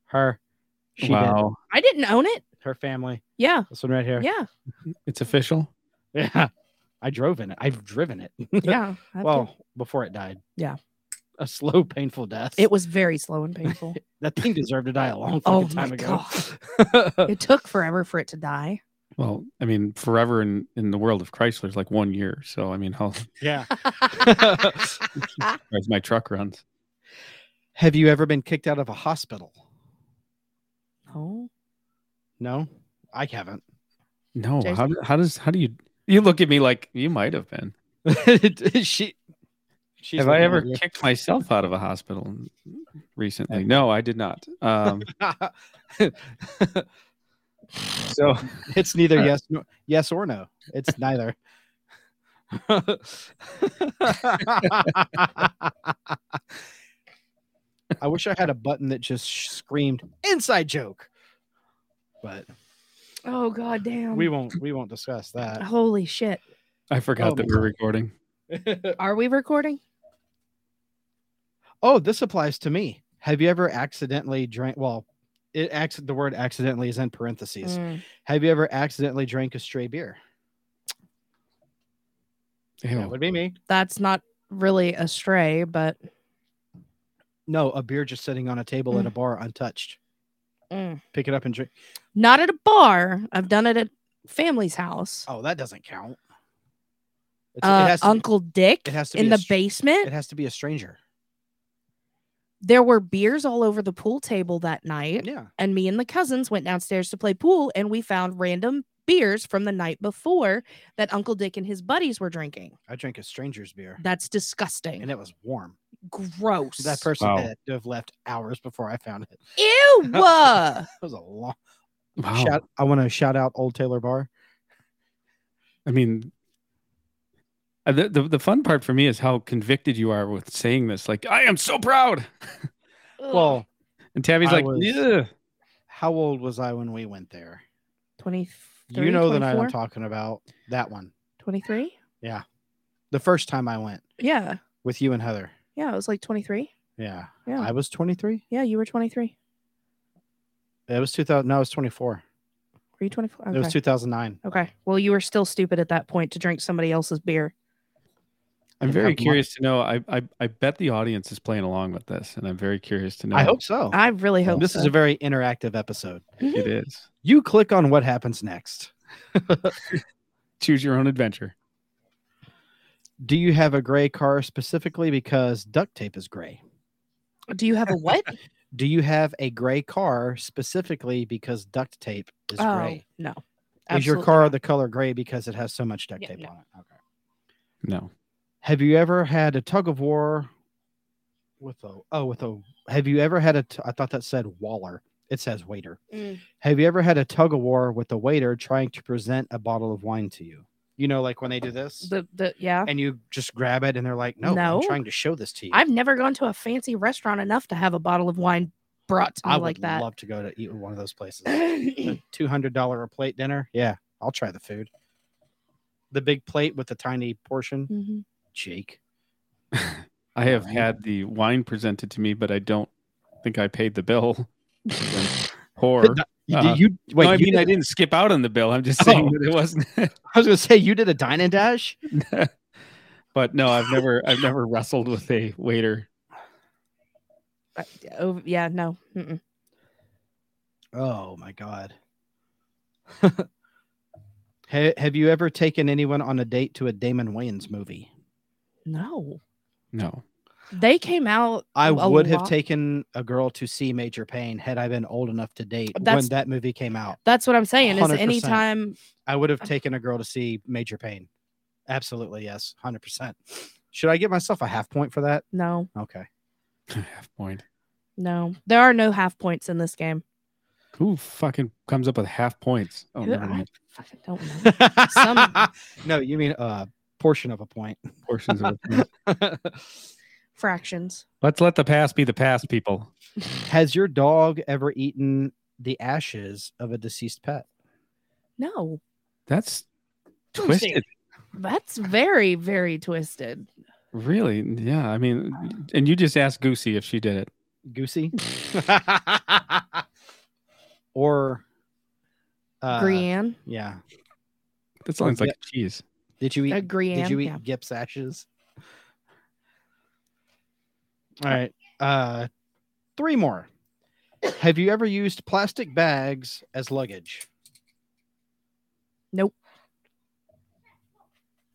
[SPEAKER 3] her. She did.
[SPEAKER 5] wow.
[SPEAKER 4] I didn't own it.
[SPEAKER 3] Her family.
[SPEAKER 4] Yeah.
[SPEAKER 3] This one right here.
[SPEAKER 4] Yeah.
[SPEAKER 5] It's official.
[SPEAKER 3] Yeah. I drove in it. I've driven it.
[SPEAKER 4] Yeah. I have
[SPEAKER 3] well, before it died.
[SPEAKER 4] Yeah.
[SPEAKER 3] A slow, painful death.
[SPEAKER 4] to- it was very slow and painful.
[SPEAKER 3] that thing deserved to die a long
[SPEAKER 4] Oh
[SPEAKER 3] fucking time
[SPEAKER 4] my
[SPEAKER 3] ago.
[SPEAKER 4] it took forever for it to die.
[SPEAKER 5] Well, I mean, forever in, in the world of Chrysler's like one year. So I mean how
[SPEAKER 3] yeah.
[SPEAKER 5] as my truck runs.
[SPEAKER 3] Have you ever been kicked out of a hospital?
[SPEAKER 4] oh.
[SPEAKER 3] No, I haven't.
[SPEAKER 5] No, how,
[SPEAKER 4] Jason?
[SPEAKER 5] how does how do you you look at me like you might have been?
[SPEAKER 3] she. She's
[SPEAKER 5] Have
[SPEAKER 3] looking
[SPEAKER 5] I
[SPEAKER 3] at
[SPEAKER 5] ever
[SPEAKER 3] you.
[SPEAKER 5] kicked myself out of a hospital recently? No, I did not. Um, So
[SPEAKER 3] It's neither
[SPEAKER 5] All right.
[SPEAKER 3] yes, no, yes or no. It's neither. I wish I had a button that just sh- screamed inside joke, but
[SPEAKER 4] Oh god damn.
[SPEAKER 3] we won't. We won't discuss that.
[SPEAKER 4] Holy shit.
[SPEAKER 5] I forgot
[SPEAKER 3] Oh,
[SPEAKER 5] that
[SPEAKER 3] my
[SPEAKER 5] we're recording.
[SPEAKER 3] Uh,
[SPEAKER 4] Are we recording?
[SPEAKER 3] Oh, this applies to me. Have you ever accidentally drank? Well, it acc- the word accidentally is in parentheses.
[SPEAKER 4] Mm.
[SPEAKER 3] Have you ever accidentally drank a stray beer? That
[SPEAKER 5] Ew.
[SPEAKER 3] would be me.
[SPEAKER 4] That's not really a stray, but
[SPEAKER 3] No, a beer just sitting on a table at a bar untouched.
[SPEAKER 4] Mm.
[SPEAKER 3] Pick it up and drink.
[SPEAKER 4] not at a bar. I've done it at family's house.
[SPEAKER 3] Oh, that doesn't count. It's,
[SPEAKER 4] Uh,
[SPEAKER 3] it, has to,
[SPEAKER 4] Uncle Dick
[SPEAKER 3] it has to be
[SPEAKER 4] in
[SPEAKER 3] a
[SPEAKER 4] the
[SPEAKER 3] str-
[SPEAKER 4] basement.
[SPEAKER 3] it has to be a stranger.
[SPEAKER 4] there were beers all over the pool table that night,
[SPEAKER 3] Yeah.
[SPEAKER 4] and me and the cousins went downstairs to play pool, and we found random beers from the night before that Uncle Dick and his buddies were drinking.
[SPEAKER 3] I drank a stranger's beer
[SPEAKER 4] That's disgusting.
[SPEAKER 3] and it was warm.
[SPEAKER 4] Gross.
[SPEAKER 3] That person
[SPEAKER 5] Wow.
[SPEAKER 3] had to have left hours before I found it.
[SPEAKER 4] Ew.
[SPEAKER 3] That was a long
[SPEAKER 5] Wow.
[SPEAKER 3] shout. I want to shout out Old Taylor Bar.
[SPEAKER 5] I mean, uh, the, the the fun part for me is how convicted you are with saying this. Like, I am so proud.
[SPEAKER 3] Well,
[SPEAKER 5] And Tabby's
[SPEAKER 3] I
[SPEAKER 5] like,
[SPEAKER 3] was-
[SPEAKER 5] yeah.
[SPEAKER 3] how old was I when we went there?
[SPEAKER 4] 23,
[SPEAKER 3] You know the night I'm
[SPEAKER 4] 24,
[SPEAKER 3] talking about. That one.
[SPEAKER 4] 23?
[SPEAKER 3] The first time I went
[SPEAKER 4] Yeah.
[SPEAKER 3] with you and Heather.
[SPEAKER 4] Yeah, it was like 23.
[SPEAKER 3] Yeah.
[SPEAKER 4] Yeah.
[SPEAKER 3] I was 23.
[SPEAKER 4] yeah, you were 23.
[SPEAKER 3] It was 2000. No, I was 24.
[SPEAKER 4] Were you 24?
[SPEAKER 3] It was 2009.
[SPEAKER 4] Okay. Well, you were still stupid at that point to drink somebody else's beer.
[SPEAKER 5] I'm
[SPEAKER 3] Didn't
[SPEAKER 5] very
[SPEAKER 3] have much.
[SPEAKER 5] curious to know. I, I I bet the audience is playing along with this, and I'm very curious to know.
[SPEAKER 3] I hope so.
[SPEAKER 4] I really hope
[SPEAKER 3] Oh, This
[SPEAKER 4] so.
[SPEAKER 3] is a very interactive episode.
[SPEAKER 5] it is.
[SPEAKER 3] You click on what happens next.
[SPEAKER 5] Choose your own adventure.
[SPEAKER 3] Do you have a gray car specifically because duct tape is gray?
[SPEAKER 4] Do you have a what?
[SPEAKER 3] Do you have a gray car specifically because duct tape is
[SPEAKER 4] oh,
[SPEAKER 3] gray?
[SPEAKER 4] no.
[SPEAKER 3] Is your
[SPEAKER 4] Absolutely
[SPEAKER 3] car
[SPEAKER 4] not.
[SPEAKER 3] the color gray because it has so much duct
[SPEAKER 4] Yeah,
[SPEAKER 3] tape
[SPEAKER 4] no.
[SPEAKER 3] on it? Okay.
[SPEAKER 5] No.
[SPEAKER 3] Have you ever had a tug of war with a oh with a have you ever had a t- I thought that said waller. It says waiter.
[SPEAKER 4] Mm.
[SPEAKER 3] Have you ever had a tug of war with a waiter trying to present a bottle of wine to you? You know, like when they do this
[SPEAKER 4] The, the, yeah.
[SPEAKER 3] and you just grab it and they're like, No,
[SPEAKER 4] No.
[SPEAKER 3] I'm trying to show this to you.
[SPEAKER 4] I've never gone to a fancy restaurant enough to have a bottle of wine brought to me
[SPEAKER 3] I would
[SPEAKER 4] like that.
[SPEAKER 3] love to go to eat at one of those places. Two hundred dollar a plate dinner. Yeah, I'll try the food. The big plate with the tiny portion.
[SPEAKER 4] Mhm.
[SPEAKER 3] Jake.
[SPEAKER 5] I have
[SPEAKER 3] Alright.
[SPEAKER 5] had the wine presented to me, but I don't think I paid the bill. Or
[SPEAKER 3] You,
[SPEAKER 5] Uh,
[SPEAKER 3] you wait.
[SPEAKER 5] no, I
[SPEAKER 3] you
[SPEAKER 5] mean I
[SPEAKER 3] did-
[SPEAKER 5] didn't skip out on the bill. I'm just saying
[SPEAKER 3] Oh.
[SPEAKER 5] that it wasn't.
[SPEAKER 3] I was gonna say you did a dine and dash.
[SPEAKER 5] but no, I've never I've never wrestled with a waiter.
[SPEAKER 4] Uh, oh, yeah, no. Mm-mm.
[SPEAKER 3] Oh my god. Ha- Have you ever taken anyone on a date to a Damon Wayans movie?
[SPEAKER 4] No.
[SPEAKER 5] No.
[SPEAKER 4] They came out.
[SPEAKER 3] I
[SPEAKER 4] a
[SPEAKER 3] would have
[SPEAKER 4] lot-
[SPEAKER 3] taken a girl to see Major Payne had I been old enough to date when
[SPEAKER 4] That's-
[SPEAKER 3] that movie came out.
[SPEAKER 4] That's what I'm saying. Is
[SPEAKER 3] 100%.
[SPEAKER 4] anytime
[SPEAKER 3] I would have taken a girl to see Major Pain. Absolutely, yes, hundred percent. Should I give myself a half point for that?
[SPEAKER 4] no,
[SPEAKER 3] Okay.
[SPEAKER 5] Half point.
[SPEAKER 4] no. There are no half points in this game.
[SPEAKER 5] Who fucking comes up with half points? Oh,
[SPEAKER 4] Who-
[SPEAKER 5] never
[SPEAKER 4] I
[SPEAKER 5] mind.
[SPEAKER 4] fucking don't know. Some-
[SPEAKER 3] No, you mean a portion of a point.
[SPEAKER 5] Portions of a point.
[SPEAKER 4] Fractions.
[SPEAKER 5] Let's let the past be the past, people.
[SPEAKER 3] Has your dog ever eaten the ashes of a deceased pet?
[SPEAKER 4] No.
[SPEAKER 5] That's
[SPEAKER 4] Don't say
[SPEAKER 5] twisted.
[SPEAKER 4] That's very, very twisted.
[SPEAKER 5] Really? Yeah. I mean, and you just asked Goosey if she did it.
[SPEAKER 3] Goosey. or uh,
[SPEAKER 4] Grianne.
[SPEAKER 3] Yeah.
[SPEAKER 5] That sounds
[SPEAKER 3] Yeah.
[SPEAKER 5] like cheese.
[SPEAKER 3] Did you eat?
[SPEAKER 4] A Uh, Grianne.
[SPEAKER 3] Did you eat
[SPEAKER 4] yeah.
[SPEAKER 3] Gips ashes? All right. Uh three more. Have you ever used plastic bags as luggage?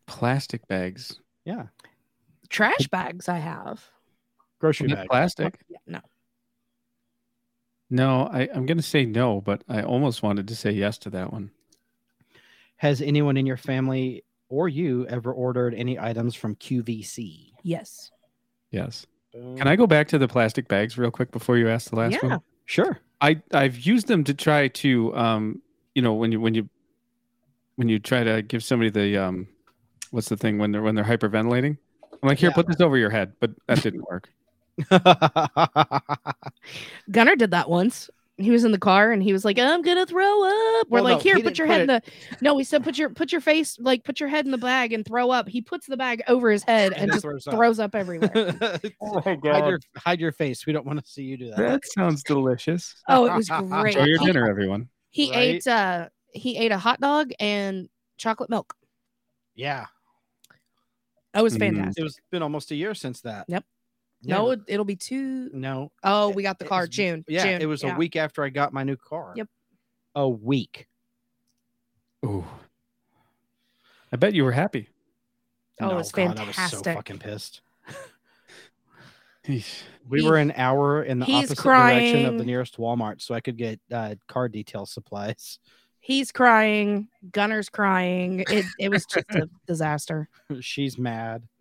[SPEAKER 5] Plastic bags.
[SPEAKER 3] Yeah.
[SPEAKER 4] Trash bags, I have.
[SPEAKER 3] Grocery
[SPEAKER 5] Isn't
[SPEAKER 3] bag.
[SPEAKER 5] that Plastic?
[SPEAKER 4] Yeah, no.
[SPEAKER 5] No, I, I'm going to say no, but I almost wanted to say yes to that one.
[SPEAKER 3] Has anyone in your family or you ever ordered any items from QVC?
[SPEAKER 4] Yes.
[SPEAKER 5] Yes. Can I
[SPEAKER 3] Boom.
[SPEAKER 5] go back to the plastic bags real quick before you ask the last
[SPEAKER 4] Yeah.
[SPEAKER 5] one?
[SPEAKER 3] Sure.
[SPEAKER 5] I I've used them to try to um you know when you when you when you try to give somebody the um what's the thing when they're when they're hyperventilating i'm like here
[SPEAKER 3] Yeah.
[SPEAKER 5] put this over your head but that didn't work
[SPEAKER 4] Gunner did that once. He was in the car and he was like, "I'm gonna throw up."
[SPEAKER 3] Well,
[SPEAKER 4] We're like,
[SPEAKER 3] no,
[SPEAKER 4] "Here,
[SPEAKER 3] he
[SPEAKER 4] put
[SPEAKER 3] didn't
[SPEAKER 4] your
[SPEAKER 3] put
[SPEAKER 4] head in the." No, we said, "Put your put your face like put your head in the bag and throw up." He puts the bag over his head and, just
[SPEAKER 3] throws
[SPEAKER 4] throws up everywhere.
[SPEAKER 3] hide, your, hide your face. We don't want to see you do that.
[SPEAKER 5] that sounds delicious
[SPEAKER 4] oh, it was great.
[SPEAKER 5] enjoy your
[SPEAKER 4] He-
[SPEAKER 5] dinner everyone
[SPEAKER 4] He,
[SPEAKER 3] Right?
[SPEAKER 4] ate uh he ate a hot dog and chocolate milk.
[SPEAKER 3] Yeah.
[SPEAKER 4] That was
[SPEAKER 5] Mm.
[SPEAKER 4] fantastic.
[SPEAKER 3] It was been almost a year since that.
[SPEAKER 4] Yep.
[SPEAKER 3] Yeah.
[SPEAKER 4] No, it, it'll be two
[SPEAKER 3] No.
[SPEAKER 4] Oh, we got the
[SPEAKER 3] It
[SPEAKER 4] car
[SPEAKER 3] was-
[SPEAKER 4] June.
[SPEAKER 3] Yeah.
[SPEAKER 4] June.
[SPEAKER 3] It was
[SPEAKER 4] yeah.
[SPEAKER 3] a week after I got my new car.
[SPEAKER 4] Yep.
[SPEAKER 3] A week.
[SPEAKER 5] Ooh. i bet you were happy
[SPEAKER 4] Oh, it was
[SPEAKER 3] I was so
[SPEAKER 4] fantastic.
[SPEAKER 3] fucking pissed.
[SPEAKER 5] Eesh.
[SPEAKER 3] We
[SPEAKER 4] He-
[SPEAKER 3] were an hour in the
[SPEAKER 4] he's
[SPEAKER 3] opposite direction of the
[SPEAKER 4] crying.
[SPEAKER 3] nearest Walmart, so I could get uh, car detail supplies.
[SPEAKER 4] He's crying. Gunner's crying. It it was just a disaster.
[SPEAKER 3] She's mad.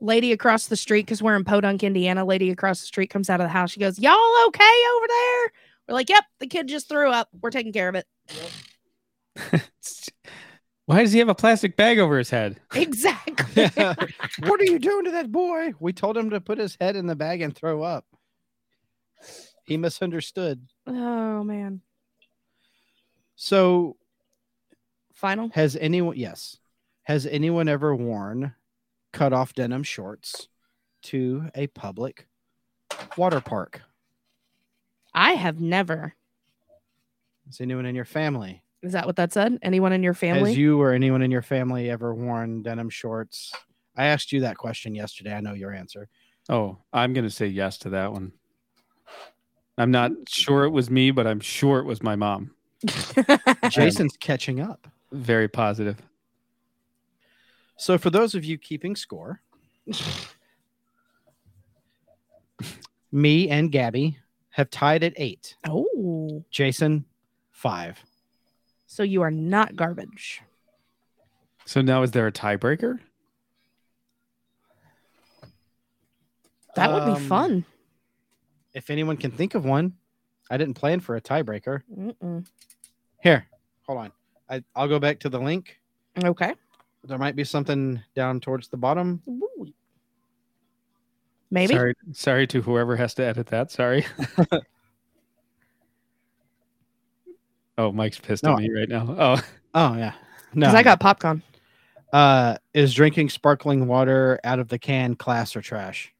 [SPEAKER 4] Lady across the street, because we're in Podunk, Indiana. Lady across the street comes out of the house. She goes, "Y'all okay over there?" We're like, "Yep, the kid just threw up. We're taking care of it."
[SPEAKER 5] why does he have a plastic bag over his head
[SPEAKER 4] Exactly.
[SPEAKER 3] what are you doing to that boy? We told him to put his head in the bag and throw up. He misunderstood.
[SPEAKER 4] oh man.
[SPEAKER 3] So,
[SPEAKER 4] Final.
[SPEAKER 3] has anyone? Yes, has anyone ever worn cut off denim shorts to a public water park?
[SPEAKER 4] I have never.
[SPEAKER 3] Has anyone in your family?
[SPEAKER 4] Is that what that said? Anyone in your family?
[SPEAKER 3] Has you or anyone in your family ever worn denim shorts? I asked you that question yesterday. I know your answer.
[SPEAKER 5] oh i'm gonna say yes to that one i'm not sure it was me but i'm sure it was my mom
[SPEAKER 3] Jason's catching up.
[SPEAKER 5] very positive
[SPEAKER 3] So, for those of you keeping score, me and Gabby have tied at eight.
[SPEAKER 4] oh,
[SPEAKER 3] Jason, five.
[SPEAKER 4] so you are not garbage.
[SPEAKER 5] so now is there a tiebreaker
[SPEAKER 4] That would be
[SPEAKER 3] Um,
[SPEAKER 4] fun.
[SPEAKER 3] If anyone can think of one, I didn't plan for a tiebreaker.
[SPEAKER 4] Mm-mm.
[SPEAKER 3] Here, hold on. I, I'll go back to the link.
[SPEAKER 4] Okay.
[SPEAKER 3] There might be something down towards the bottom.
[SPEAKER 4] Ooh. Maybe.
[SPEAKER 5] Sorry, sorry to whoever has to edit that. Sorry. oh, Mike's pissed
[SPEAKER 3] No,
[SPEAKER 5] at me right now. Oh,
[SPEAKER 3] Oh, yeah. No,
[SPEAKER 4] Because I got popcorn.
[SPEAKER 3] uh, is drinking sparkling water out of the can class or trash?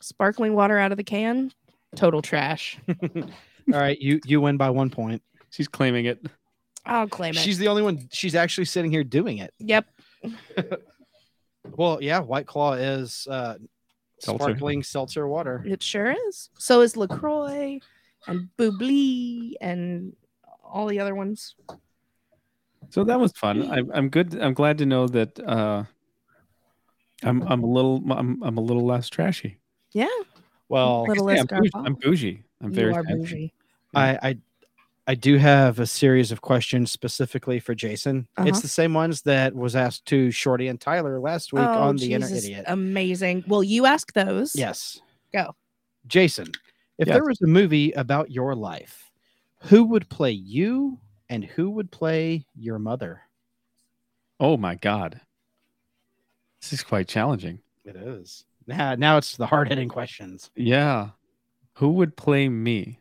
[SPEAKER 4] Sparkling water out of the can. Total trash.
[SPEAKER 3] All right, you you win by one point.
[SPEAKER 5] she's claiming it.
[SPEAKER 4] I'll claim it.
[SPEAKER 3] She's the only one. She's actually sitting here doing it.
[SPEAKER 4] yep.
[SPEAKER 3] Well, yeah, White Claw is uh,
[SPEAKER 5] Seltzer.
[SPEAKER 3] sparkling seltzer water.
[SPEAKER 4] It sure is. So is LaCroix and Boubli and all the other ones.
[SPEAKER 5] So that was fun. I'm, I'm good. I'm glad to know that uh, I'm I'm a little I'm, I'm a little less trashy.
[SPEAKER 4] Yeah.
[SPEAKER 3] Well,
[SPEAKER 4] Little
[SPEAKER 5] Yeah,
[SPEAKER 4] less
[SPEAKER 5] I'm, bougie.
[SPEAKER 4] grandpa.
[SPEAKER 5] I'm bougie. I'm very
[SPEAKER 4] you are
[SPEAKER 5] fancy.
[SPEAKER 4] bougie. Mm.
[SPEAKER 3] I, I I do have a series of questions specifically for Jason.
[SPEAKER 4] Uh-huh.
[SPEAKER 3] It's the same ones that was asked to Shorty and Tyler last week
[SPEAKER 4] oh,
[SPEAKER 3] on the
[SPEAKER 4] Jesus,
[SPEAKER 3] Inner Idiot.
[SPEAKER 4] Amazing. Well, you ask those.
[SPEAKER 3] yes.
[SPEAKER 4] Go.
[SPEAKER 3] Jason, if
[SPEAKER 5] Yes.
[SPEAKER 3] there was a movie about your life, who would play you and who would play your mother?
[SPEAKER 5] Oh my god, this is quite challenging.
[SPEAKER 3] It is. Now, now it's the hard hitting questions.
[SPEAKER 5] Yeah, who would play me?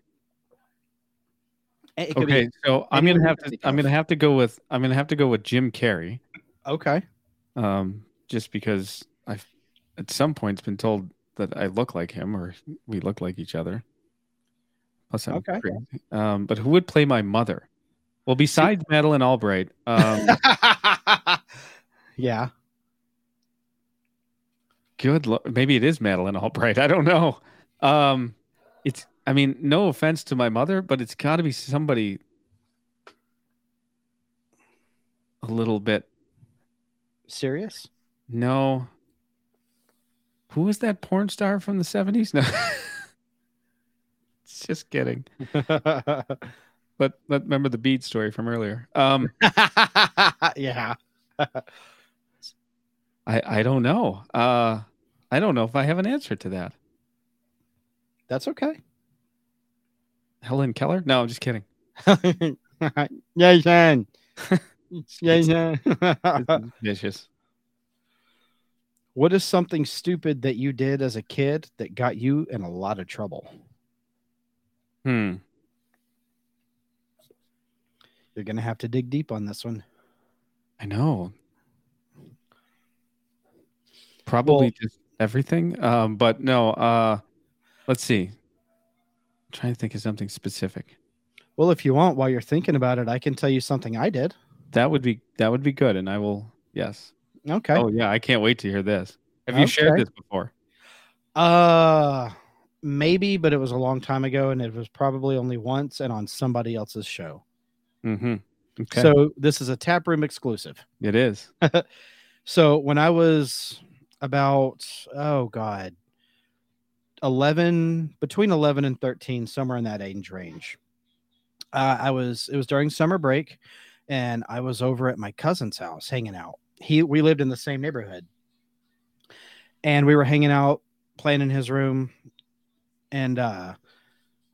[SPEAKER 3] It could be-
[SPEAKER 5] Okay, so I'm gonna
[SPEAKER 3] anyone
[SPEAKER 5] have
[SPEAKER 3] you
[SPEAKER 5] to
[SPEAKER 3] think
[SPEAKER 5] I'm
[SPEAKER 3] of.
[SPEAKER 5] gonna have to go with I'm gonna have to go with Jim Carrey,
[SPEAKER 3] okay.
[SPEAKER 5] um, just because I've at some point's been told that I look like him or we look like each other. Plus, I'm
[SPEAKER 3] Okay.
[SPEAKER 5] crazy. Um, but who would play my mother? Well, besides Madeline Albright, um,
[SPEAKER 3] yeah.
[SPEAKER 5] good. Lo- maybe it is Madeline Albright. I don't know. Um, it's I mean, no offense to my mother, but it's got to be somebody a little bit
[SPEAKER 3] Serious?
[SPEAKER 5] No. Who was that porn star from the 70s? No. It's Just kidding. But but remember the bead story from earlier. Um
[SPEAKER 3] yeah.
[SPEAKER 5] I I don't know. Uh I don't know if I have an answer to that.
[SPEAKER 3] That's okay.
[SPEAKER 5] Helen Keller? No, I'm just kidding.
[SPEAKER 3] Jason. Jason.
[SPEAKER 5] It's vicious.
[SPEAKER 3] what is something stupid that you did as a kid that got you in a lot of trouble?
[SPEAKER 5] Hmm.
[SPEAKER 3] You're gonna have to dig deep on this one.
[SPEAKER 5] I know. Probably just everything. Um, but no, uh let's see. I'm trying to think of something specific.
[SPEAKER 3] Well, if you want, while you're thinking about it, I can tell you something I did.
[SPEAKER 5] That would be that would be good, and I will yes.
[SPEAKER 3] Okay.
[SPEAKER 5] Oh yeah, I can't wait to hear this. Have you shared
[SPEAKER 3] Okay.
[SPEAKER 5] this before?
[SPEAKER 3] Uh maybe, but it was a long time ago and it was probably only once and on somebody else's show.
[SPEAKER 5] Mm-hmm. Okay.
[SPEAKER 3] So this is a tap room exclusive.
[SPEAKER 5] it is.
[SPEAKER 3] So when I was about oh god 11 between 11 and 13 somewhere in that age range. Uh, I was it was during summer break and I was over at my cousin's house hanging out. He we lived in the same neighborhood. And we were hanging out playing in his room and uh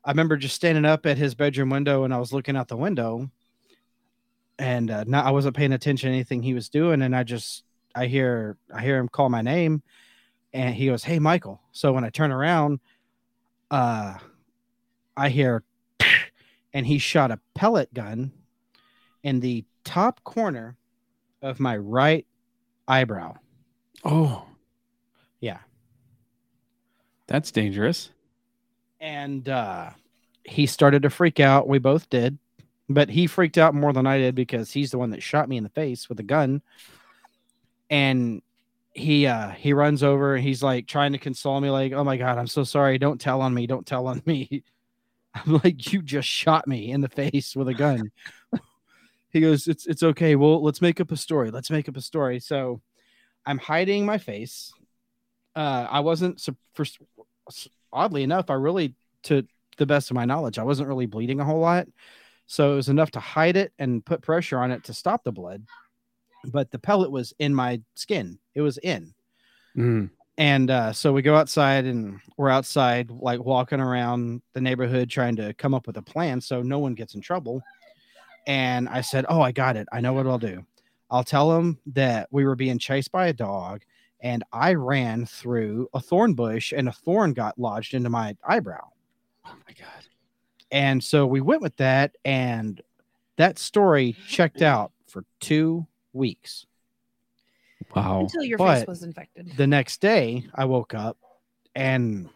[SPEAKER 3] I remember just standing up at his bedroom window and I was looking out the window and uh, not, I wasn't paying attention to anything he was doing and I just I hear I hear him call my name, and he goes, "Hey, Michael." So when I turn around, uh, I hear, and he shot a pellet gun in the top corner of my right eyebrow.
[SPEAKER 5] Oh,
[SPEAKER 3] Yeah,
[SPEAKER 5] that's dangerous.
[SPEAKER 3] and uh, he started to freak out. We both did, but he freaked out more than I did because he's the one that shot me in the face with a gun. And he uh, he runs over. and He's like trying to console me, like, "Oh my god, I'm so sorry. Don't tell on me. Don't tell on me." I'm like, "You just shot me in the face with a gun." he goes, "It's it's okay. Well, let's make up a story. Let's make up a story." So, I'm hiding my face. Uh, I wasn't sup- for, s- oddly enough, I really, to the best of my knowledge, I wasn't really bleeding a whole lot. So it was enough to hide it and put pressure on it to stop the blood. But the pellet was in my skin, it was in.
[SPEAKER 5] Mm.
[SPEAKER 3] And uh, so we go outside and we're outside, like walking around the neighborhood trying to come up with a plan so no one gets in trouble. And I said, Oh, I got it. I know what I'll do. I'll tell him that we were being chased by a dog and I ran through a thorn bush and a thorn got lodged into my eyebrow.
[SPEAKER 5] Oh my god.
[SPEAKER 3] And so we went with that, and that story checked out for two weeks.
[SPEAKER 5] Wow.
[SPEAKER 4] until your
[SPEAKER 3] but-
[SPEAKER 4] face was infected.
[SPEAKER 3] The next day, I woke up and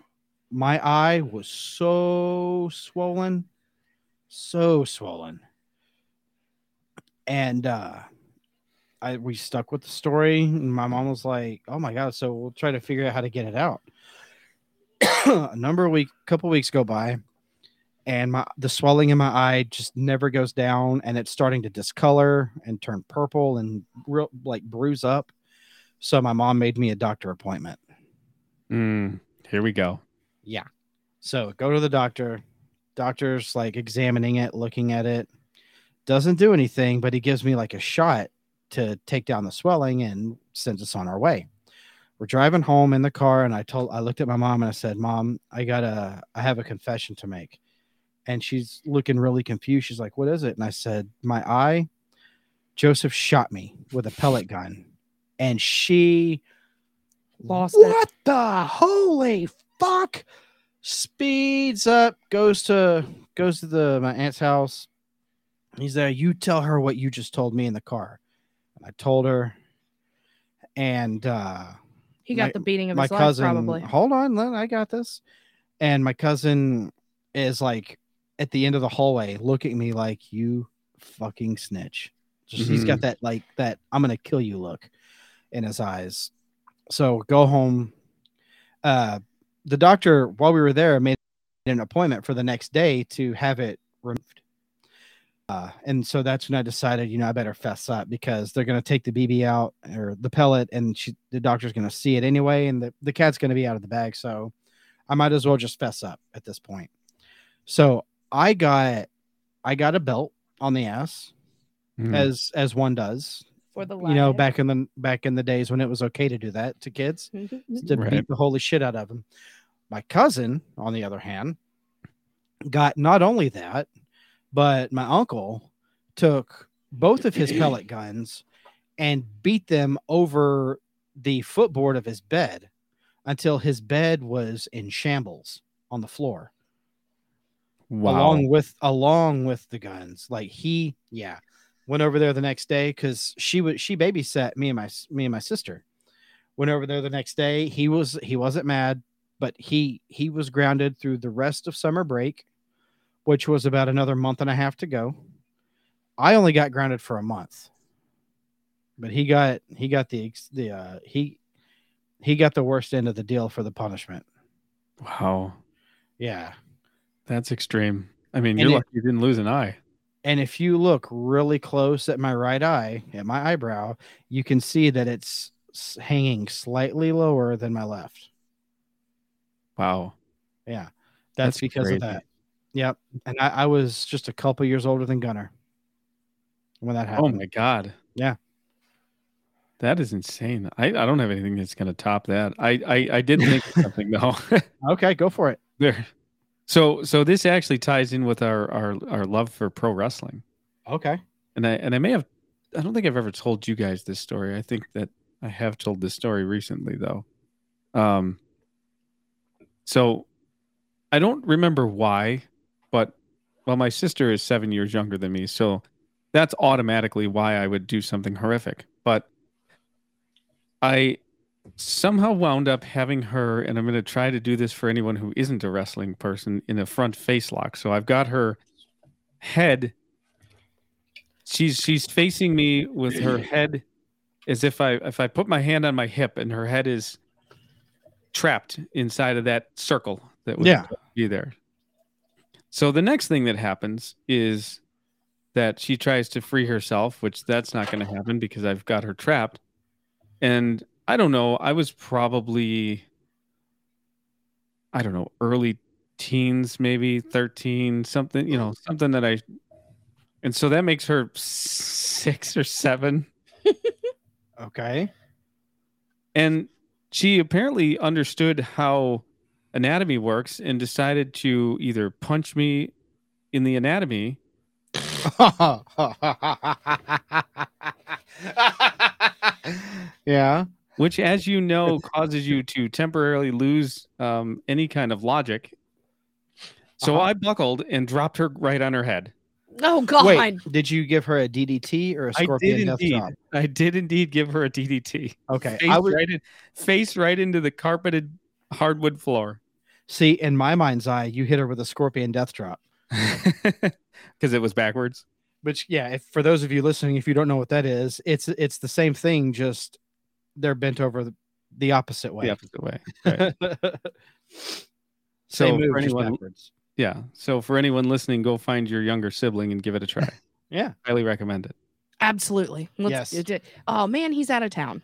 [SPEAKER 3] my eye was so swollen, so swollen. And uh, I we stuck with the story, and my mom was like, "Oh my god!" So we'll try to figure out how to get it out. a number of week, couple weeks go by, and my the swelling in my eye just never goes down, and it's starting to discolor and turn purple and real like bruise up. So my mom made me a doctor appointment.
[SPEAKER 5] Mm. Here we go.
[SPEAKER 3] So go to the doctor. Doctor's like examining it, looking at it. Doesn't do anything, but he gives me like a shot to take down the swelling and sends us on our way. We're driving home in the car, and I told I looked at my mom and I said, Mom, I gotta I have a confession to make. And she's looking really confused. She's like, What is it? And I said, My eye, Joseph shot me with a pellet gun. And she
[SPEAKER 4] Lost it.
[SPEAKER 3] what the holy fuck? Speeds up, goes to goes to the my aunt's house. He's there. You tell her what you just told me in the car. And I told her. And uh
[SPEAKER 4] He got
[SPEAKER 3] my-
[SPEAKER 4] the beating of
[SPEAKER 3] my
[SPEAKER 4] his life,
[SPEAKER 3] cousin
[SPEAKER 4] probably.
[SPEAKER 3] hold on, Lynn, I got this. And my cousin is like at the end of the hallway looking at me like you fucking snitch. Just he's got that like that I'm gonna kill you look in his eyes. So go home. Uh the doctor, while we were there, made an appointment for the next day to have it removed. Uh, and so that's when I decided, you know, I better fess up because they're going to take the BB out or the pellet, and she, the doctor's going to see it anyway, and the, the cat's going to be out of the bag. So I might as well just fess up at this point. So I got, I got a belt on the ass
[SPEAKER 5] Mm.
[SPEAKER 3] as as one does,
[SPEAKER 4] for the
[SPEAKER 3] you know, back in the back in the days when it was okay to do that to kids
[SPEAKER 4] life.
[SPEAKER 3] to
[SPEAKER 5] Right.
[SPEAKER 3] beat the holy shit out of him. My cousin, on the other hand, got not only that, but my uncle took both of his pellet guns and beat them over the footboard of his bed until his bed was in shambles on the floor along with along with the guns. Like he, yeah, went over there the next day because she was she babysat me and my s- me and my sister. Went over there the next day. He was he wasn't mad, but he he was grounded through the rest of summer break, which was about another month and a half to go. I only got grounded for a month, but he got he got the ex- the uh, he he got the worst end of the deal for the punishment.
[SPEAKER 5] Wow.
[SPEAKER 3] Yeah.
[SPEAKER 5] That's extreme. I mean,
[SPEAKER 3] And
[SPEAKER 5] you're
[SPEAKER 3] it-
[SPEAKER 5] lucky you didn't lose an eye.
[SPEAKER 3] And if you look really close at my right eye, at my eyebrow, you can see that it's s- hanging slightly lower than my left.
[SPEAKER 5] Wow.
[SPEAKER 3] Yeah. That's,
[SPEAKER 5] That's
[SPEAKER 3] because
[SPEAKER 5] crazy.
[SPEAKER 3] of that. Yep. And I, I was just a couple years older than Gunner when that
[SPEAKER 5] Oh
[SPEAKER 3] happened.
[SPEAKER 5] my god.
[SPEAKER 3] Yeah.
[SPEAKER 5] That is insane. I, I don't have anything that's gonna top that. I I, I did think of something though.
[SPEAKER 3] okay, go for it.
[SPEAKER 5] there. So so this actually ties in with our our our love for pro wrestling.
[SPEAKER 3] Okay.
[SPEAKER 5] and I and I may have I don't think I've ever told you guys this story. I think that I have told this story recently though. Um so I don't remember why, but well my sister is 7 years younger than me, so that's automatically why I would do something horrific. But I somehow wound up having her and I'm going to try to do this for anyone who isn't a wrestling person in a front face lock. So I've got her head she's she's facing me with her head as if I if I put my hand on my hip and her head is trapped inside of that circle that would
[SPEAKER 3] Yeah.
[SPEAKER 5] be there. So the next thing that happens is that she tries to free herself, which that's not going to happen because I've got her trapped. And I don't know, I was probably I don't know, early teens maybe 13 something, you know, something that I and so that makes her six or seven.
[SPEAKER 3] Okay.
[SPEAKER 5] And she apparently understood how anatomy works and decided to either punch me in the anatomy.
[SPEAKER 3] yeah.
[SPEAKER 5] Which, as you know, causes you to temporarily lose um, any kind of logic. So
[SPEAKER 3] Uh-huh.
[SPEAKER 5] I buckled and dropped her right on her head.
[SPEAKER 4] Oh God.
[SPEAKER 3] Wait, did you give her a DDT or a
[SPEAKER 5] I did
[SPEAKER 3] scorpion death
[SPEAKER 5] indeed.
[SPEAKER 3] drop?
[SPEAKER 5] I did indeed give her a DDT.
[SPEAKER 3] Okay.
[SPEAKER 5] Face,
[SPEAKER 3] I was
[SPEAKER 5] right in, face right into the carpeted hardwood floor.
[SPEAKER 3] see in my mind's eye, you hit her with a scorpion death drop.
[SPEAKER 5] because it was backwards.
[SPEAKER 3] Which, yeah, if, for those of you listening, if you don't know what that is, it's it's the same thing, just they're bent over the, the opposite way.
[SPEAKER 5] The opposite way. Right.
[SPEAKER 3] so
[SPEAKER 5] So for
[SPEAKER 3] move, just
[SPEAKER 5] anyone-
[SPEAKER 3] backwards.
[SPEAKER 5] yeah. So for anyone listening, go find your younger sibling and give it a try.
[SPEAKER 3] Yeah.
[SPEAKER 5] Highly recommend
[SPEAKER 4] Absolutely. Let's,
[SPEAKER 3] Yes.
[SPEAKER 4] it- Oh man, he's out of town.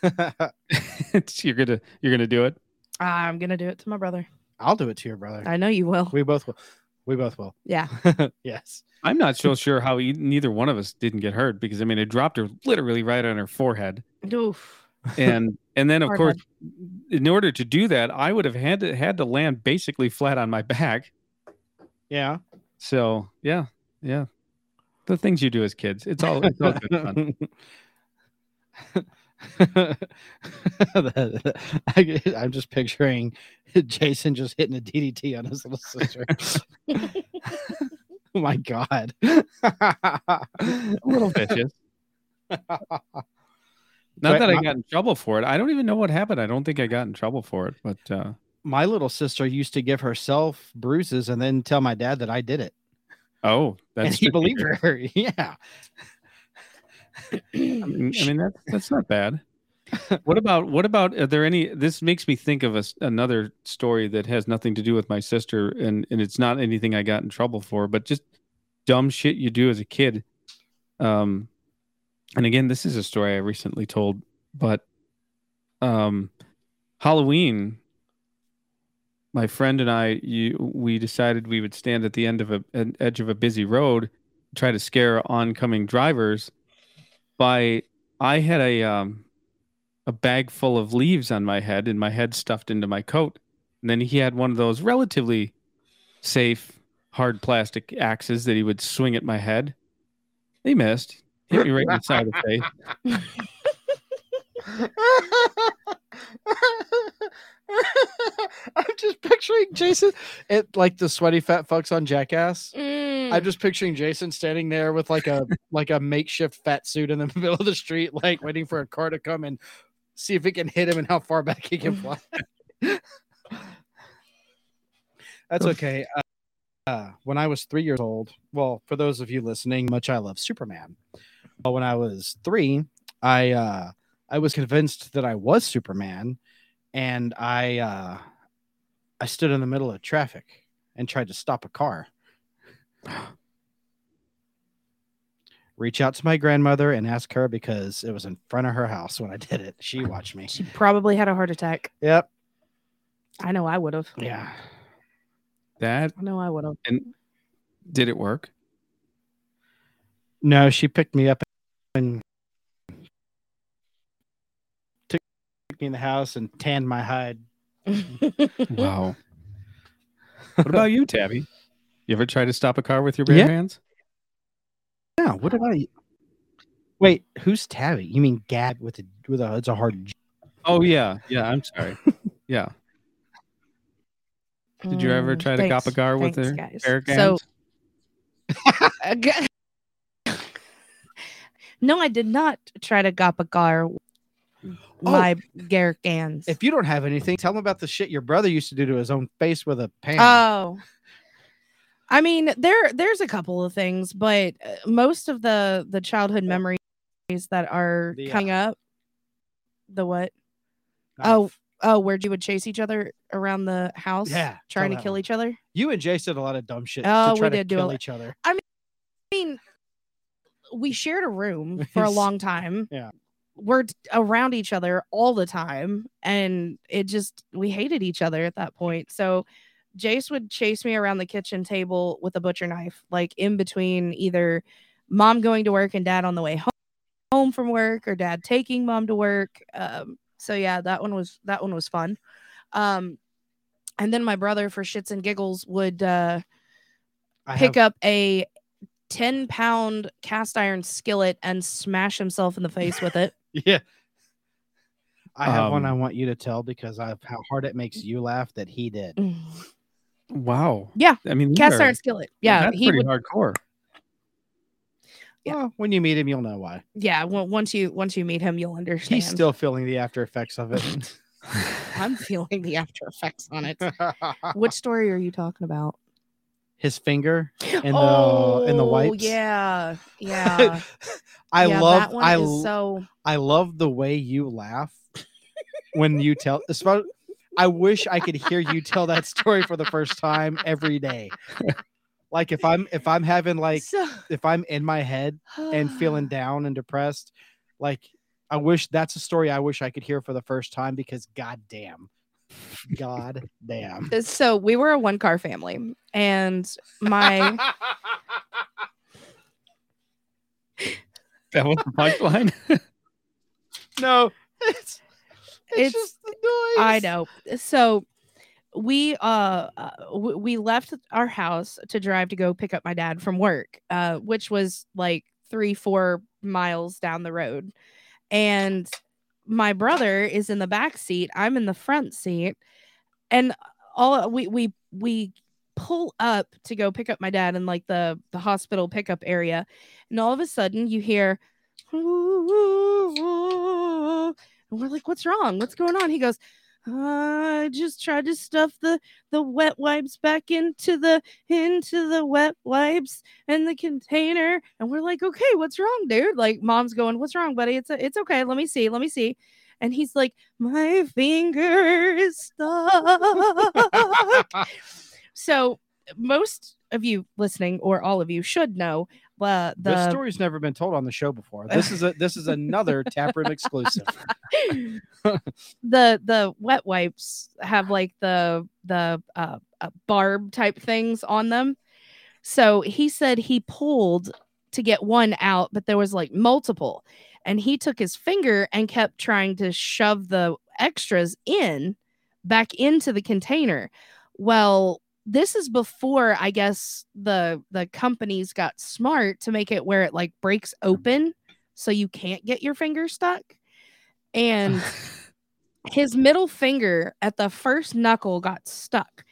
[SPEAKER 5] it. you're gonna you're gonna do it.
[SPEAKER 4] I'm gonna do it to my brother.
[SPEAKER 3] I'll do it to your brother.
[SPEAKER 4] I know you will.
[SPEAKER 3] we both will. We both will.
[SPEAKER 4] Yeah.
[SPEAKER 3] yes.
[SPEAKER 5] I'm not so sure how e- neither one of us didn't get hurt because I mean it dropped her literally right on her forehead,
[SPEAKER 4] Oof.
[SPEAKER 5] and and then of
[SPEAKER 4] Hard
[SPEAKER 5] course, in order to do that, I would have had to had to land basically flat on my back.
[SPEAKER 3] Yeah.
[SPEAKER 5] So yeah, yeah, the things you do as kids, it's all it's all good fun.
[SPEAKER 3] I, am just picturing Jason just hitting a DDT on his little sister. oh my god.
[SPEAKER 5] A little vicious.
[SPEAKER 3] But
[SPEAKER 5] Not that I
[SPEAKER 3] my-
[SPEAKER 5] got in trouble for it. I don't even know what happened. I don't think I got in trouble for it, but uh,
[SPEAKER 3] my little sister used to give herself bruises and then tell my dad that I did it.
[SPEAKER 5] oh, that's
[SPEAKER 3] and he
[SPEAKER 5] pretty
[SPEAKER 3] believed
[SPEAKER 5] good.
[SPEAKER 3] her. yeah.
[SPEAKER 5] I mean, I mean, that's that's not bad. What about what about are there any? This makes me think of a, s- another story that has nothing to do with my sister, and and it's not anything I got in trouble for, but just dumb shit you do as a kid. Um, and again, this is a story I recently told, but um, Halloween, my friend and I, you, we decided we would stand at the end of a an edge of a busy road, try to scare oncoming drivers by I had a um a bag full of leaves on my head and my head stuffed into my coat. And then he had one of those relatively safe hard plastic axes that he would swing at my head. He missed. Hit me right in the side of the face.
[SPEAKER 3] I'm just picturing Jason it like the sweaty fat fucks on Jackass. I'm
[SPEAKER 4] Mm.
[SPEAKER 3] just picturing Jason standing there with like a like a makeshift fat suit in the middle of the street, like waiting for a car to come and see if it can hit him and how far back he can fly. That's okay. Uh, uh, when I was three years old, well, for those of you listening, much I love Superman. But when I was three, I uh, I was convinced that I was Superman, and I uh, I stood in the middle of traffic and tried to stop a car. Reach out to my grandmother and ask her because it was in front of her house when I did it. She watched me.
[SPEAKER 4] She probably had a heart attack.
[SPEAKER 3] Yep.
[SPEAKER 4] I know I would have.
[SPEAKER 3] Yeah.
[SPEAKER 5] That
[SPEAKER 4] I know I would have.
[SPEAKER 5] and did it work?
[SPEAKER 3] No, she picked me up and took me in the house and tanned my hide.
[SPEAKER 5] Wow. what about you, Tabby? You ever try to stop a car with your bare
[SPEAKER 3] Yeah.
[SPEAKER 5] hands?
[SPEAKER 3] No, what about you? Wait, who's Tabby? You mean Gab with a with a it's a hard. G.
[SPEAKER 5] Oh yeah, yeah. I'm sorry. yeah. Did you ever
[SPEAKER 4] Mm,
[SPEAKER 5] try to cop a
[SPEAKER 4] thanks-
[SPEAKER 5] car with
[SPEAKER 4] thanks,
[SPEAKER 5] their
[SPEAKER 4] guys.
[SPEAKER 5] bare hands?
[SPEAKER 4] So no, I did not try to cop a car. with
[SPEAKER 5] Oh.
[SPEAKER 4] My Garrick Gans.
[SPEAKER 3] If you don't have anything, tell him about the shit your brother used to do to his own face with a pan.
[SPEAKER 4] Oh. I mean, there there's a couple of things, but uh, most of the the childhood memories that are
[SPEAKER 3] The, uh,
[SPEAKER 4] coming up the what?
[SPEAKER 3] Not
[SPEAKER 4] oh.
[SPEAKER 3] f-
[SPEAKER 4] Oh, where you would chase each other around the house
[SPEAKER 3] Yeah,
[SPEAKER 4] trying
[SPEAKER 3] tell
[SPEAKER 4] to
[SPEAKER 3] that
[SPEAKER 4] kill
[SPEAKER 3] one.
[SPEAKER 4] each other. I
[SPEAKER 3] you and Jace did a lot of dumb shit.
[SPEAKER 4] Oh,
[SPEAKER 3] to
[SPEAKER 4] we
[SPEAKER 3] try to
[SPEAKER 4] did do a
[SPEAKER 3] kill
[SPEAKER 4] lot.
[SPEAKER 3] each other.
[SPEAKER 4] mean, we shared a room for a
[SPEAKER 3] Yes.
[SPEAKER 4] long time.
[SPEAKER 3] Yeah.
[SPEAKER 4] We're t- around each other all the time and it just we hated each other at that point. So Jace would chase me around the kitchen table with a butcher knife, like in between either mom going to work and dad on the way home, home from work or dad taking mom to work. Um, so yeah, that one was that one was fun. Um, and then my brother for shits and giggles would uh,
[SPEAKER 3] I
[SPEAKER 4] pick
[SPEAKER 3] have-
[SPEAKER 4] up a 10 pound cast iron skillet and smash himself in the face with it.
[SPEAKER 3] Yeah. I have one I
[SPEAKER 5] Um,
[SPEAKER 3] want you to tell because of how hard it makes you laugh that he did.
[SPEAKER 4] Mm.
[SPEAKER 5] Wow.
[SPEAKER 4] Yeah,
[SPEAKER 5] I mean, you
[SPEAKER 4] cast
[SPEAKER 5] are-
[SPEAKER 4] iron skillet. Yeah,
[SPEAKER 5] That's
[SPEAKER 4] he
[SPEAKER 5] pretty
[SPEAKER 4] would
[SPEAKER 5] hardcore.
[SPEAKER 4] Yeah.
[SPEAKER 3] Well, when you meet him, you'll know why.
[SPEAKER 4] yeah, well, once you once you meet him you'll understand.
[SPEAKER 3] He's still feeling the after effects of it.
[SPEAKER 4] I'm feeling the after effects on it. Which story are you talking about?
[SPEAKER 3] His finger and the and the wipes.
[SPEAKER 4] Oh, yeah. Yeah.
[SPEAKER 3] I
[SPEAKER 4] yeah,
[SPEAKER 3] love
[SPEAKER 4] that one
[SPEAKER 3] I
[SPEAKER 4] is
[SPEAKER 3] l-
[SPEAKER 4] so
[SPEAKER 3] I love the way you laugh when you tell. espo- I wish I could hear you tell that story for the first time every day. Like if I'm if I'm having like
[SPEAKER 4] so,
[SPEAKER 3] if I'm in my head and feeling down and depressed. Like I wish that's a story I wish I could hear for the first time because goddamn, god damn.
[SPEAKER 4] so we were a one car family and my
[SPEAKER 5] That was the punchline.
[SPEAKER 3] No, it's
[SPEAKER 4] It's-
[SPEAKER 3] the noise.
[SPEAKER 4] I know. So we uh uh, w- we left our house to drive to go pick up my dad from work, uh, which was like three four miles down the road, and my brother is in the back seat. I'm in the front seat, and all we we we pull up to go pick up my dad in like the the hospital pickup area, and all of a sudden you hear. And we're like, what's wrong? What's going on? He goes, "Uh, I just tried to stuff the the wet wipes back into the into the wet wipes and the container. And we're like, okay, what's wrong, dude? Like mom's going, What's wrong, buddy? It's it's okay. Let me see. Let me see. And he's like, My finger is stuck. so most of you listening, or all of you should know uh, the
[SPEAKER 3] this story's never been told on the show before. This is a this is another taproom exclusive.
[SPEAKER 4] the the wet wipes have like the the uh, uh, barb type things on them. So he said he pulled to get one out, but there was like multiple, and he took his finger and kept trying to shove the extras in back into the container. Well, this is before I guess the the companies got smart to make it where it like breaks open so you can't get your finger stuck. And his middle finger at the first knuckle got stuck.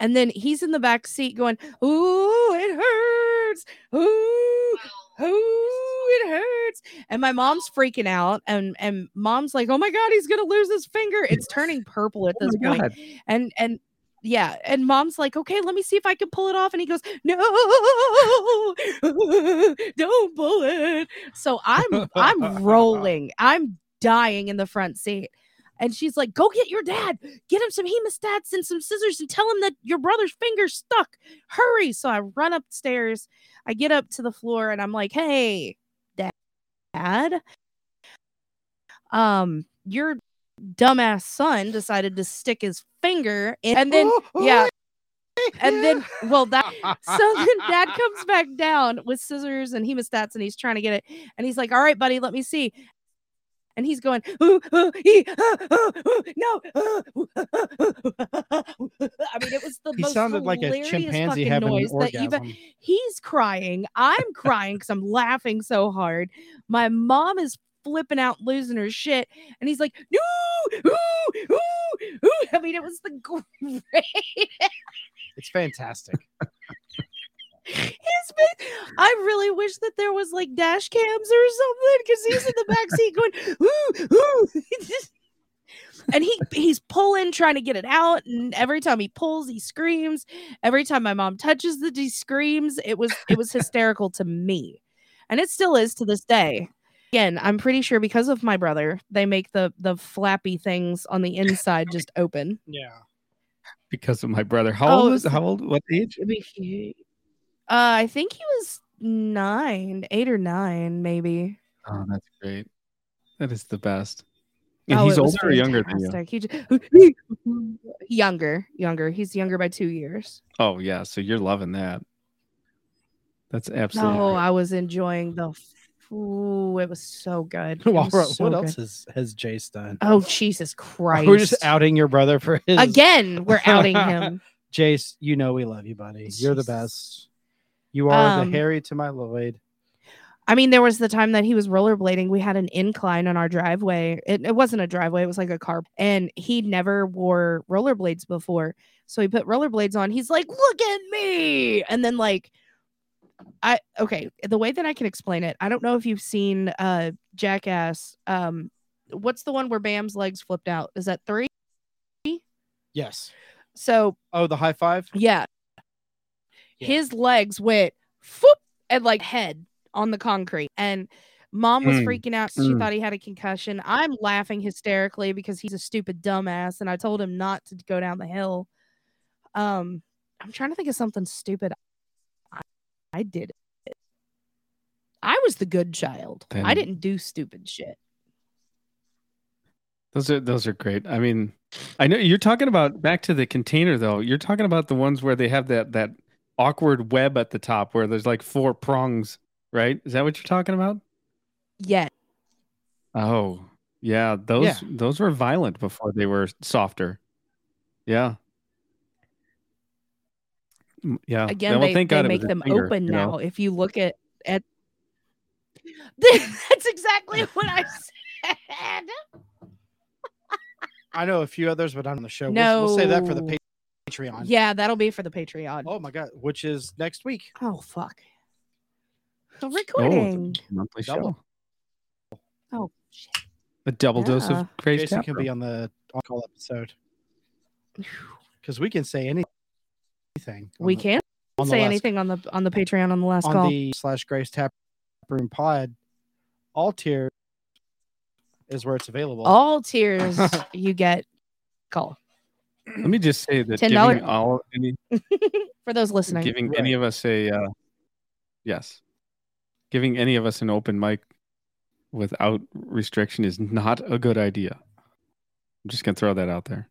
[SPEAKER 4] And then he's in the back seat going, "Ooh, it hurts. Ooh, ooh, it hurts." And my mom's freaking out and and mom's like, "Oh my god, he's going to lose his finger. It's turning purple at this point." and and yeah and mom's like okay let me see if i can pull it off and he goes no don't pull it so i'm i'm rolling i'm dying in the front seat and she's like go get your dad get him some hemostats and some scissors and tell him that your brother's finger's stuck hurry so i run upstairs i get up to the floor and i'm like hey dad um your dumbass son decided to stick his finger in, and then yeah and then well that so then dad comes back down with scissors and hemostats and he's trying to get it and he's like all right buddy let me see and he's going ooh, ooh, ee, ah, ah, ooh, no ah, ooh, ah, ah, ooh." i mean it was the
[SPEAKER 3] He
[SPEAKER 4] most
[SPEAKER 3] sounded like a
[SPEAKER 4] hilarious
[SPEAKER 3] chimpanzee
[SPEAKER 4] fucking
[SPEAKER 3] having an
[SPEAKER 4] noise that you've
[SPEAKER 3] orgasm.
[SPEAKER 4] he's crying i'm crying because i'm laughing so hard my mom is flipping out losing her shit and he's like no ooh, ooh, ooh. i mean it was the great
[SPEAKER 3] It's fantastic.
[SPEAKER 4] His face. I really wish that there was like dash cams or something because he's in the back seat going, ooh, ooh. and he he's pulling, trying to get it out. And every time he pulls, he screams. Every time my mom touches the he screams. It was it was hysterical to me. And it still is to this day. Again, I'm pretty sure because of my brother, they make the the flappy things on the inside just open.
[SPEAKER 3] yeah.
[SPEAKER 5] because of my brother. How
[SPEAKER 4] Oh,
[SPEAKER 5] old
[SPEAKER 4] it
[SPEAKER 5] was
[SPEAKER 4] was-
[SPEAKER 5] how old? What age?
[SPEAKER 4] It'd be cute. Uh, I think he was nine, eight or nine, maybe.
[SPEAKER 5] Oh, that's great. That is the best. And
[SPEAKER 4] Oh,
[SPEAKER 5] he's
[SPEAKER 4] it was
[SPEAKER 5] older or younger than you?
[SPEAKER 4] fantastic. He ju- younger, younger. He's younger by two years.
[SPEAKER 5] Oh yeah, so you're loving that. That's absolutely.
[SPEAKER 4] No,
[SPEAKER 5] great.
[SPEAKER 4] Oh, I was enjoying the. f- Ooh, it was so good. It
[SPEAKER 3] Well,
[SPEAKER 4] was
[SPEAKER 3] what
[SPEAKER 4] so
[SPEAKER 3] else
[SPEAKER 4] good.
[SPEAKER 3] has, has Jace done?
[SPEAKER 4] Oh Jesus Christ!
[SPEAKER 3] We're just outing your brother for his
[SPEAKER 4] again. We're outing him.
[SPEAKER 3] Jace, you know we love you, buddy. You're the
[SPEAKER 4] Jesus.
[SPEAKER 3] best. You are
[SPEAKER 4] Um,
[SPEAKER 3] the Harry to my Lloyd.
[SPEAKER 4] I mean, there was the time that he was rollerblading. We had an incline on our driveway. It, it wasn't a driveway, it was like a car. And he never wore rollerblades before. So he put rollerblades on. He's like, look at me. And then, like, I, okay, the way that I can explain it, I don't know if you've seen uh, Jackass. Um, what's the one where Bam's legs flipped out? Is that three?
[SPEAKER 3] Yes.
[SPEAKER 4] So
[SPEAKER 3] Oh, the high five.
[SPEAKER 4] yeah.
[SPEAKER 3] Yeah.
[SPEAKER 4] His legs went foop and like head on the concrete. And mom was
[SPEAKER 5] Mm,
[SPEAKER 4] freaking out. She
[SPEAKER 5] mm.
[SPEAKER 4] thought he had a concussion. I'm laughing hysterically because he's a stupid dumbass. And I told him not to go down the hill. Um, I'm trying to think of something stupid. I, I did it. I was the good child. I
[SPEAKER 5] Then-
[SPEAKER 4] didn't do stupid shit.
[SPEAKER 5] Those are those are great. I mean, I know you're talking about back to the container though. You're talking about the ones where they have that that awkward web at the top where there's like four prongs, right? Is that what you're talking about?
[SPEAKER 4] Yet.
[SPEAKER 5] Oh, yeah. Those
[SPEAKER 3] Yeah.
[SPEAKER 5] those were violent before they were softer. Yeah. Mm, Yeah.
[SPEAKER 4] Again,
[SPEAKER 5] Yeah, well,
[SPEAKER 4] they,
[SPEAKER 5] thank
[SPEAKER 4] they
[SPEAKER 5] God it was
[SPEAKER 4] make
[SPEAKER 5] a
[SPEAKER 4] them
[SPEAKER 5] finger,
[SPEAKER 4] open
[SPEAKER 5] you know? Oh,
[SPEAKER 4] now. If you look at at that's exactly what I said.
[SPEAKER 3] I know a few others, but I'm on the show. We'll, we'll save that for the
[SPEAKER 4] No.
[SPEAKER 3] pa- Patreon.
[SPEAKER 4] Yeah, that'll be for the Patreon. Oh,
[SPEAKER 3] Oh my god, which is next week.
[SPEAKER 4] fuck. The
[SPEAKER 5] Oh, it's a
[SPEAKER 4] recording.
[SPEAKER 5] monthly
[SPEAKER 3] Double.
[SPEAKER 5] show.
[SPEAKER 4] Oh, shit.
[SPEAKER 5] A double dose
[SPEAKER 4] Yeah.
[SPEAKER 5] of crazy.
[SPEAKER 3] Jason
[SPEAKER 5] Tap
[SPEAKER 3] can
[SPEAKER 5] Room.
[SPEAKER 3] be on the on call episode because we can say any- anything. on
[SPEAKER 4] we
[SPEAKER 3] the-
[SPEAKER 4] can't
[SPEAKER 3] on the
[SPEAKER 4] say
[SPEAKER 3] last-
[SPEAKER 4] anything on the on the Patreon on the last
[SPEAKER 3] on
[SPEAKER 4] call.
[SPEAKER 3] the slash Grace Tap Room Pod. All tier is where it's available.
[SPEAKER 4] All tiers you get call
[SPEAKER 5] Let me just say that
[SPEAKER 4] $10
[SPEAKER 5] giving all any
[SPEAKER 4] for those listening.
[SPEAKER 5] giving any of us a uh, yes giving any of us an open mic without restriction is not a good idea i'm just gonna throw that out there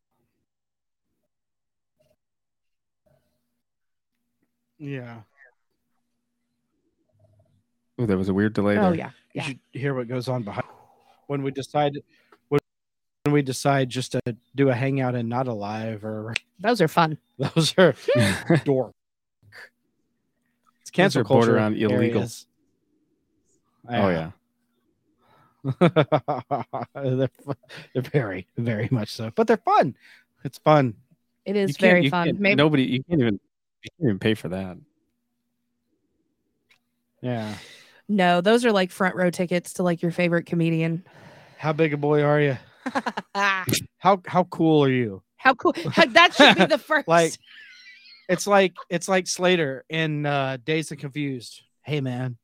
[SPEAKER 3] yeah.
[SPEAKER 5] oh there was a weird delay
[SPEAKER 4] oh
[SPEAKER 5] there
[SPEAKER 4] yeah.
[SPEAKER 3] You
[SPEAKER 4] Yeah.
[SPEAKER 3] should hear what goes on behind when we decide when, when we decide just to do a hangout and not a live or
[SPEAKER 4] Those are fun.
[SPEAKER 3] those are dork. It's cancel
[SPEAKER 5] are
[SPEAKER 3] culture
[SPEAKER 5] borderline illegal.
[SPEAKER 3] areas.
[SPEAKER 5] Oh yeah.
[SPEAKER 3] they're, fu- they're very, very much so. But they're fun. It's fun.
[SPEAKER 4] It
[SPEAKER 5] You
[SPEAKER 4] is
[SPEAKER 5] can't-
[SPEAKER 4] very
[SPEAKER 5] you
[SPEAKER 4] fun.
[SPEAKER 5] can't-
[SPEAKER 4] Maybe
[SPEAKER 5] Nobody, you can't even, you can't even pay for that.
[SPEAKER 3] Yeah.
[SPEAKER 4] no, those are like front row tickets to like your favorite comedian.
[SPEAKER 3] How big a boy are you?
[SPEAKER 4] Ah,
[SPEAKER 3] How how cool are you?
[SPEAKER 4] how cool! that should be the first.
[SPEAKER 3] Like- It's like it's like Slater in uh Days and Confused. Hey man,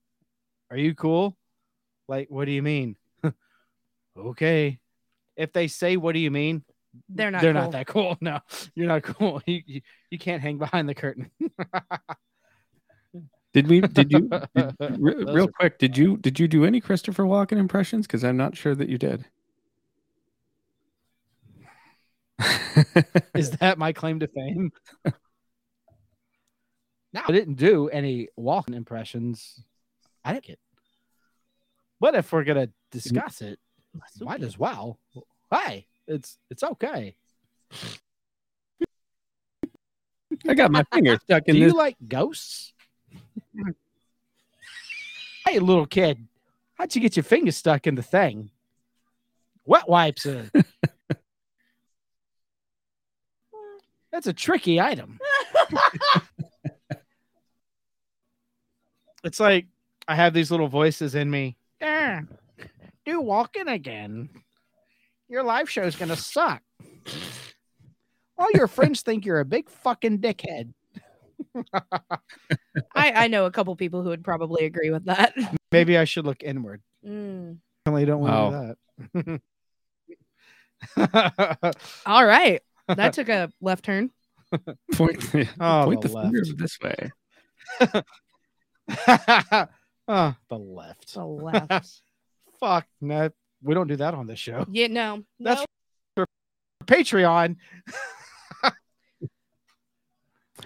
[SPEAKER 3] are you cool? Like, what do you mean? okay. If they say what do you mean,
[SPEAKER 4] they're not.
[SPEAKER 3] they're
[SPEAKER 4] cool.
[SPEAKER 3] not that cool. No, you're not cool. You, you, you can't hang behind the curtain.
[SPEAKER 5] Did we? Did you? did- re-
[SPEAKER 3] Those
[SPEAKER 5] real
[SPEAKER 3] are-
[SPEAKER 5] quick, did you? Did you do any Christopher Walken impressions? Because I'm not sure that you did.
[SPEAKER 3] Is that my claim to fame? no, I didn't do any walking impressions. I didn't get. But if we're gonna discuss it, might as well. Hi, it's it's okay.
[SPEAKER 5] I got my finger stuck in
[SPEAKER 3] do
[SPEAKER 5] this.
[SPEAKER 3] you like ghosts? hey, little kid, how'd you get your finger stuck in the thing? Wet wipes are. That's a tricky item. it's like I have these little voices in me. "Ah, do walking again. Your live show's gonna suck. All your friends think you're a big fucking dickhead.
[SPEAKER 4] I, I know a couple people who would probably agree with that.
[SPEAKER 3] Maybe I should look inward.
[SPEAKER 4] Mm.
[SPEAKER 3] Definitely don't want to
[SPEAKER 5] Oh.
[SPEAKER 3] do that.
[SPEAKER 4] All right, that took a left turn.
[SPEAKER 5] Point,
[SPEAKER 3] Oh,
[SPEAKER 5] point
[SPEAKER 3] the
[SPEAKER 5] the,
[SPEAKER 3] left.
[SPEAKER 5] fingers this way.
[SPEAKER 3] oh, the left.
[SPEAKER 4] To left.
[SPEAKER 3] Fuck no, we don't do that on this show.
[SPEAKER 4] Yeah, no,
[SPEAKER 3] That's
[SPEAKER 4] no.
[SPEAKER 3] Patreon.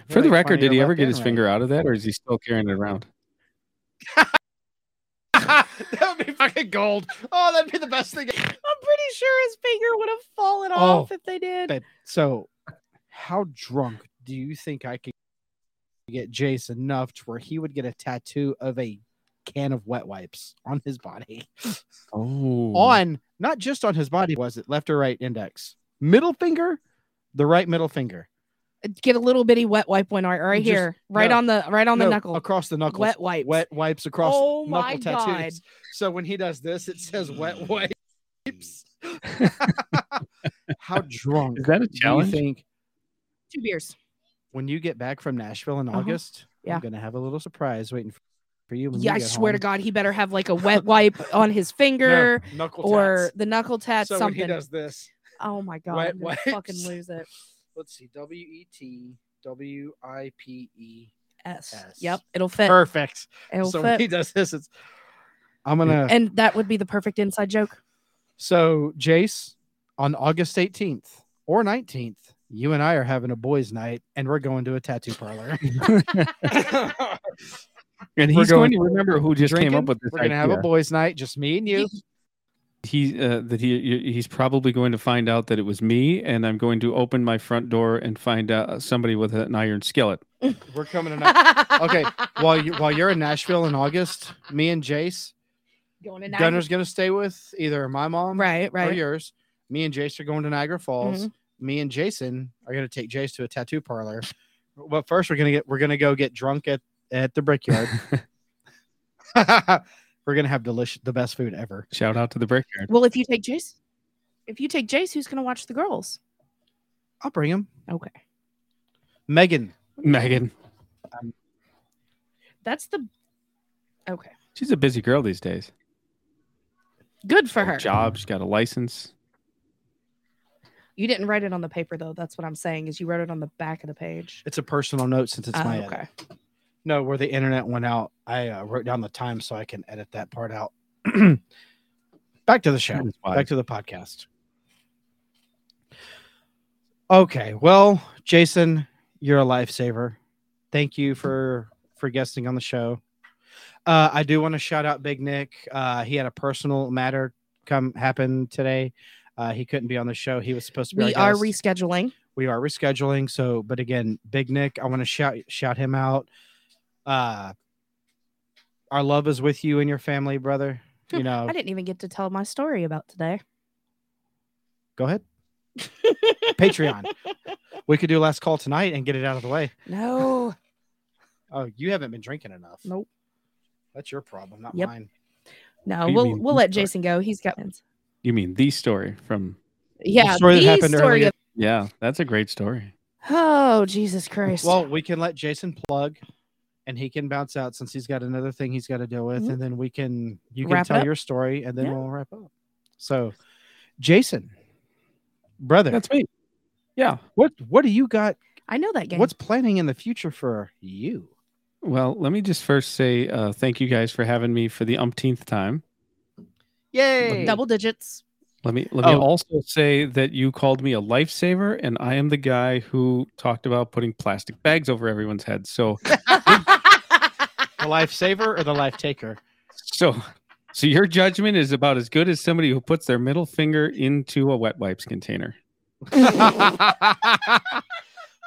[SPEAKER 5] For the
[SPEAKER 3] Really
[SPEAKER 5] record,
[SPEAKER 3] funny
[SPEAKER 5] did he
[SPEAKER 3] about
[SPEAKER 5] ever get
[SPEAKER 3] that,
[SPEAKER 5] his
[SPEAKER 3] right?
[SPEAKER 5] finger out of that, or is he still carrying it around?
[SPEAKER 3] that would be fucking gold. Oh, that'd be the best thing.
[SPEAKER 4] I'm pretty sure his finger would have fallen
[SPEAKER 3] Oh,
[SPEAKER 4] off if they did.
[SPEAKER 3] But so, how drunk do you think I could get Jace enough to where he would get a tattoo of a can of wet wipes on his body?
[SPEAKER 5] Oh,
[SPEAKER 3] on not just on his body was it left or right index middle finger the right middle finger
[SPEAKER 4] Get a little bitty wet wipe one right, right
[SPEAKER 3] Just-
[SPEAKER 4] here, right
[SPEAKER 3] no,
[SPEAKER 4] on the right on the
[SPEAKER 3] No,
[SPEAKER 4] knuckle.
[SPEAKER 3] across the knuckles
[SPEAKER 4] Wet wipes.
[SPEAKER 3] wet wipes across
[SPEAKER 4] Oh
[SPEAKER 3] knuckle
[SPEAKER 4] my
[SPEAKER 3] tattoos so when he does this it says wet wipes how drunk
[SPEAKER 5] Is that a
[SPEAKER 3] do you
[SPEAKER 5] challenge?
[SPEAKER 3] think
[SPEAKER 4] Two beers.
[SPEAKER 3] when you get back from nashville in
[SPEAKER 4] Uh-huh.
[SPEAKER 3] august
[SPEAKER 4] Yeah.
[SPEAKER 3] i'm gonna have a little surprise waiting for- for you when
[SPEAKER 4] yeah,
[SPEAKER 3] you
[SPEAKER 4] I
[SPEAKER 3] get
[SPEAKER 4] swear to
[SPEAKER 3] home.
[SPEAKER 4] God, he better have like a wet wipe on his
[SPEAKER 3] No,
[SPEAKER 4] finger
[SPEAKER 3] knuckle
[SPEAKER 4] or
[SPEAKER 3] tats.
[SPEAKER 4] the knuckle tat.
[SPEAKER 3] so
[SPEAKER 4] something.
[SPEAKER 3] when he does this
[SPEAKER 4] oh my God,
[SPEAKER 3] wet
[SPEAKER 4] I'm gonna fucking
[SPEAKER 3] wipes.
[SPEAKER 4] lose it.
[SPEAKER 3] let's see E w-e-t w-i-p-e
[SPEAKER 4] S.
[SPEAKER 3] Yes.
[SPEAKER 4] Yep, it'll fit.
[SPEAKER 3] perfect
[SPEAKER 4] It'll
[SPEAKER 3] E. so when
[SPEAKER 4] fit.
[SPEAKER 3] he does this, it's I'm gonna.
[SPEAKER 4] and that would be the perfect inside joke.
[SPEAKER 3] So Jace, on August 18th or 19th, you and I are having a boys' night, and we're going to a tattoo parlor.
[SPEAKER 5] and
[SPEAKER 3] We're
[SPEAKER 5] he's
[SPEAKER 3] going-
[SPEAKER 5] going, to remember who just came
[SPEAKER 3] Drinking,
[SPEAKER 5] up with this
[SPEAKER 3] We're gonna have
[SPEAKER 5] idea.
[SPEAKER 3] a boys' night, just me and you.
[SPEAKER 5] he uh, that he he- he's probably going to find out that it was me, and I'm going to open my front door and find out uh, somebody with an iron skillet.
[SPEAKER 3] We're coming tonight. Okay, while you while you're in Nashville in August, me and Jace,
[SPEAKER 4] Going to Niagara-
[SPEAKER 3] Gunner's Oh, gonna stay with either my mom
[SPEAKER 4] Right, Mm-hmm.
[SPEAKER 3] or
[SPEAKER 4] right.
[SPEAKER 3] yours. Me and Jace are going to Niagara Falls. Me and Jason are gonna take Jace to a tattoo parlor. But first, we're gonna get we're gonna go get drunk at at the Brickyard. we're gonna have delicious the best food ever.
[SPEAKER 5] Shout out to the brickyard.
[SPEAKER 4] Well, if you take Jace, if you take Jace, who's gonna watch the girls?
[SPEAKER 3] I'll bring him.
[SPEAKER 4] Okay.
[SPEAKER 3] Megan.
[SPEAKER 5] Megan,
[SPEAKER 4] That's the okay.
[SPEAKER 5] she's a busy girl these days.
[SPEAKER 4] Good for
[SPEAKER 3] Oh,
[SPEAKER 5] Got a
[SPEAKER 4] her.
[SPEAKER 5] job, she's got a license.
[SPEAKER 4] You didn't write it on the paper though. That's what I'm saying is you wrote it on the back of the page.
[SPEAKER 3] It's a personal note since it's
[SPEAKER 4] Ah,
[SPEAKER 3] my edit.
[SPEAKER 4] okay.
[SPEAKER 3] No, where the internet went out, I uh, wrote down the time so I can edit that part out. Back to the show.
[SPEAKER 5] That is wise.
[SPEAKER 3] Back to the podcast. Okay, well, Jason, you're a lifesaver. Thank you for for guesting on the show. Uh, I do want to shout out Big Nick. Uh, he had a personal matter come happen today. Uh, he couldn't be on the show. He was supposed to be.
[SPEAKER 4] We
[SPEAKER 3] our
[SPEAKER 4] are
[SPEAKER 3] guest.
[SPEAKER 4] rescheduling.
[SPEAKER 3] we are rescheduling. So, but again, Big Nick, I want to shout shout him out. Uh, our love is with you and your family, brother. You know,
[SPEAKER 4] Hmm, I didn't even get to tell my story about today.
[SPEAKER 3] go ahead. Patreon. We could do last call tonight and get it out of the way.
[SPEAKER 4] No.
[SPEAKER 3] Oh, you haven't been drinking enough.
[SPEAKER 4] Nope.
[SPEAKER 3] That's your problem, not
[SPEAKER 4] Yep.
[SPEAKER 3] mine.
[SPEAKER 4] No,
[SPEAKER 5] You
[SPEAKER 4] we'll
[SPEAKER 5] mean
[SPEAKER 4] we'll
[SPEAKER 5] the
[SPEAKER 4] let
[SPEAKER 5] story.
[SPEAKER 4] Jason go. He's got plans.
[SPEAKER 5] You mean the story from?
[SPEAKER 4] Yeah,
[SPEAKER 3] story that
[SPEAKER 4] the
[SPEAKER 3] happened
[SPEAKER 4] story
[SPEAKER 3] earlier.
[SPEAKER 4] of-
[SPEAKER 5] Yeah, that's a great story.
[SPEAKER 4] oh Jesus Christ!
[SPEAKER 3] Well, we can let Jason plug and he can bounce out since he's got another thing he's got to deal with.
[SPEAKER 4] Mhm.
[SPEAKER 3] And then we can, you can
[SPEAKER 4] Wrap
[SPEAKER 3] tell
[SPEAKER 4] up.
[SPEAKER 3] your story and then
[SPEAKER 4] Yeah.
[SPEAKER 3] we'll wrap up. So, Jason, brother,
[SPEAKER 5] That's me. Yeah.
[SPEAKER 3] what, what do you got?
[SPEAKER 4] I know that game.
[SPEAKER 3] What's planning in the future for you?
[SPEAKER 5] Well, let me just first say uh, thank you guys for having me for the umpteenth time.
[SPEAKER 3] Yay.
[SPEAKER 4] double digits?
[SPEAKER 5] Let me let me
[SPEAKER 3] Oh.
[SPEAKER 5] also say that you called me a lifesaver, and I am the guy who talked about putting plastic bags over everyone's head. So
[SPEAKER 3] the lifesaver or the life taker?
[SPEAKER 5] so so your judgment is about as good as somebody who puts their middle finger into a wet wipes container.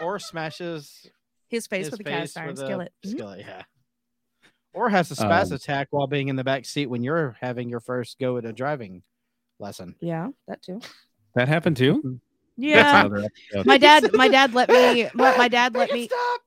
[SPEAKER 3] or smashes
[SPEAKER 4] His face
[SPEAKER 3] his
[SPEAKER 4] with a cast iron
[SPEAKER 3] with a
[SPEAKER 4] skillet. Mhm.
[SPEAKER 3] Skillet, yeah. Or has a
[SPEAKER 5] Um,
[SPEAKER 3] spaz attack while being in the back seat when you're having your first go at a driving lesson.
[SPEAKER 4] Yeah, that too.
[SPEAKER 5] That happened too.
[SPEAKER 4] Yeah,
[SPEAKER 5] That's another episode.
[SPEAKER 4] my dad. My dad let me. My, my dad let me.
[SPEAKER 3] Stop.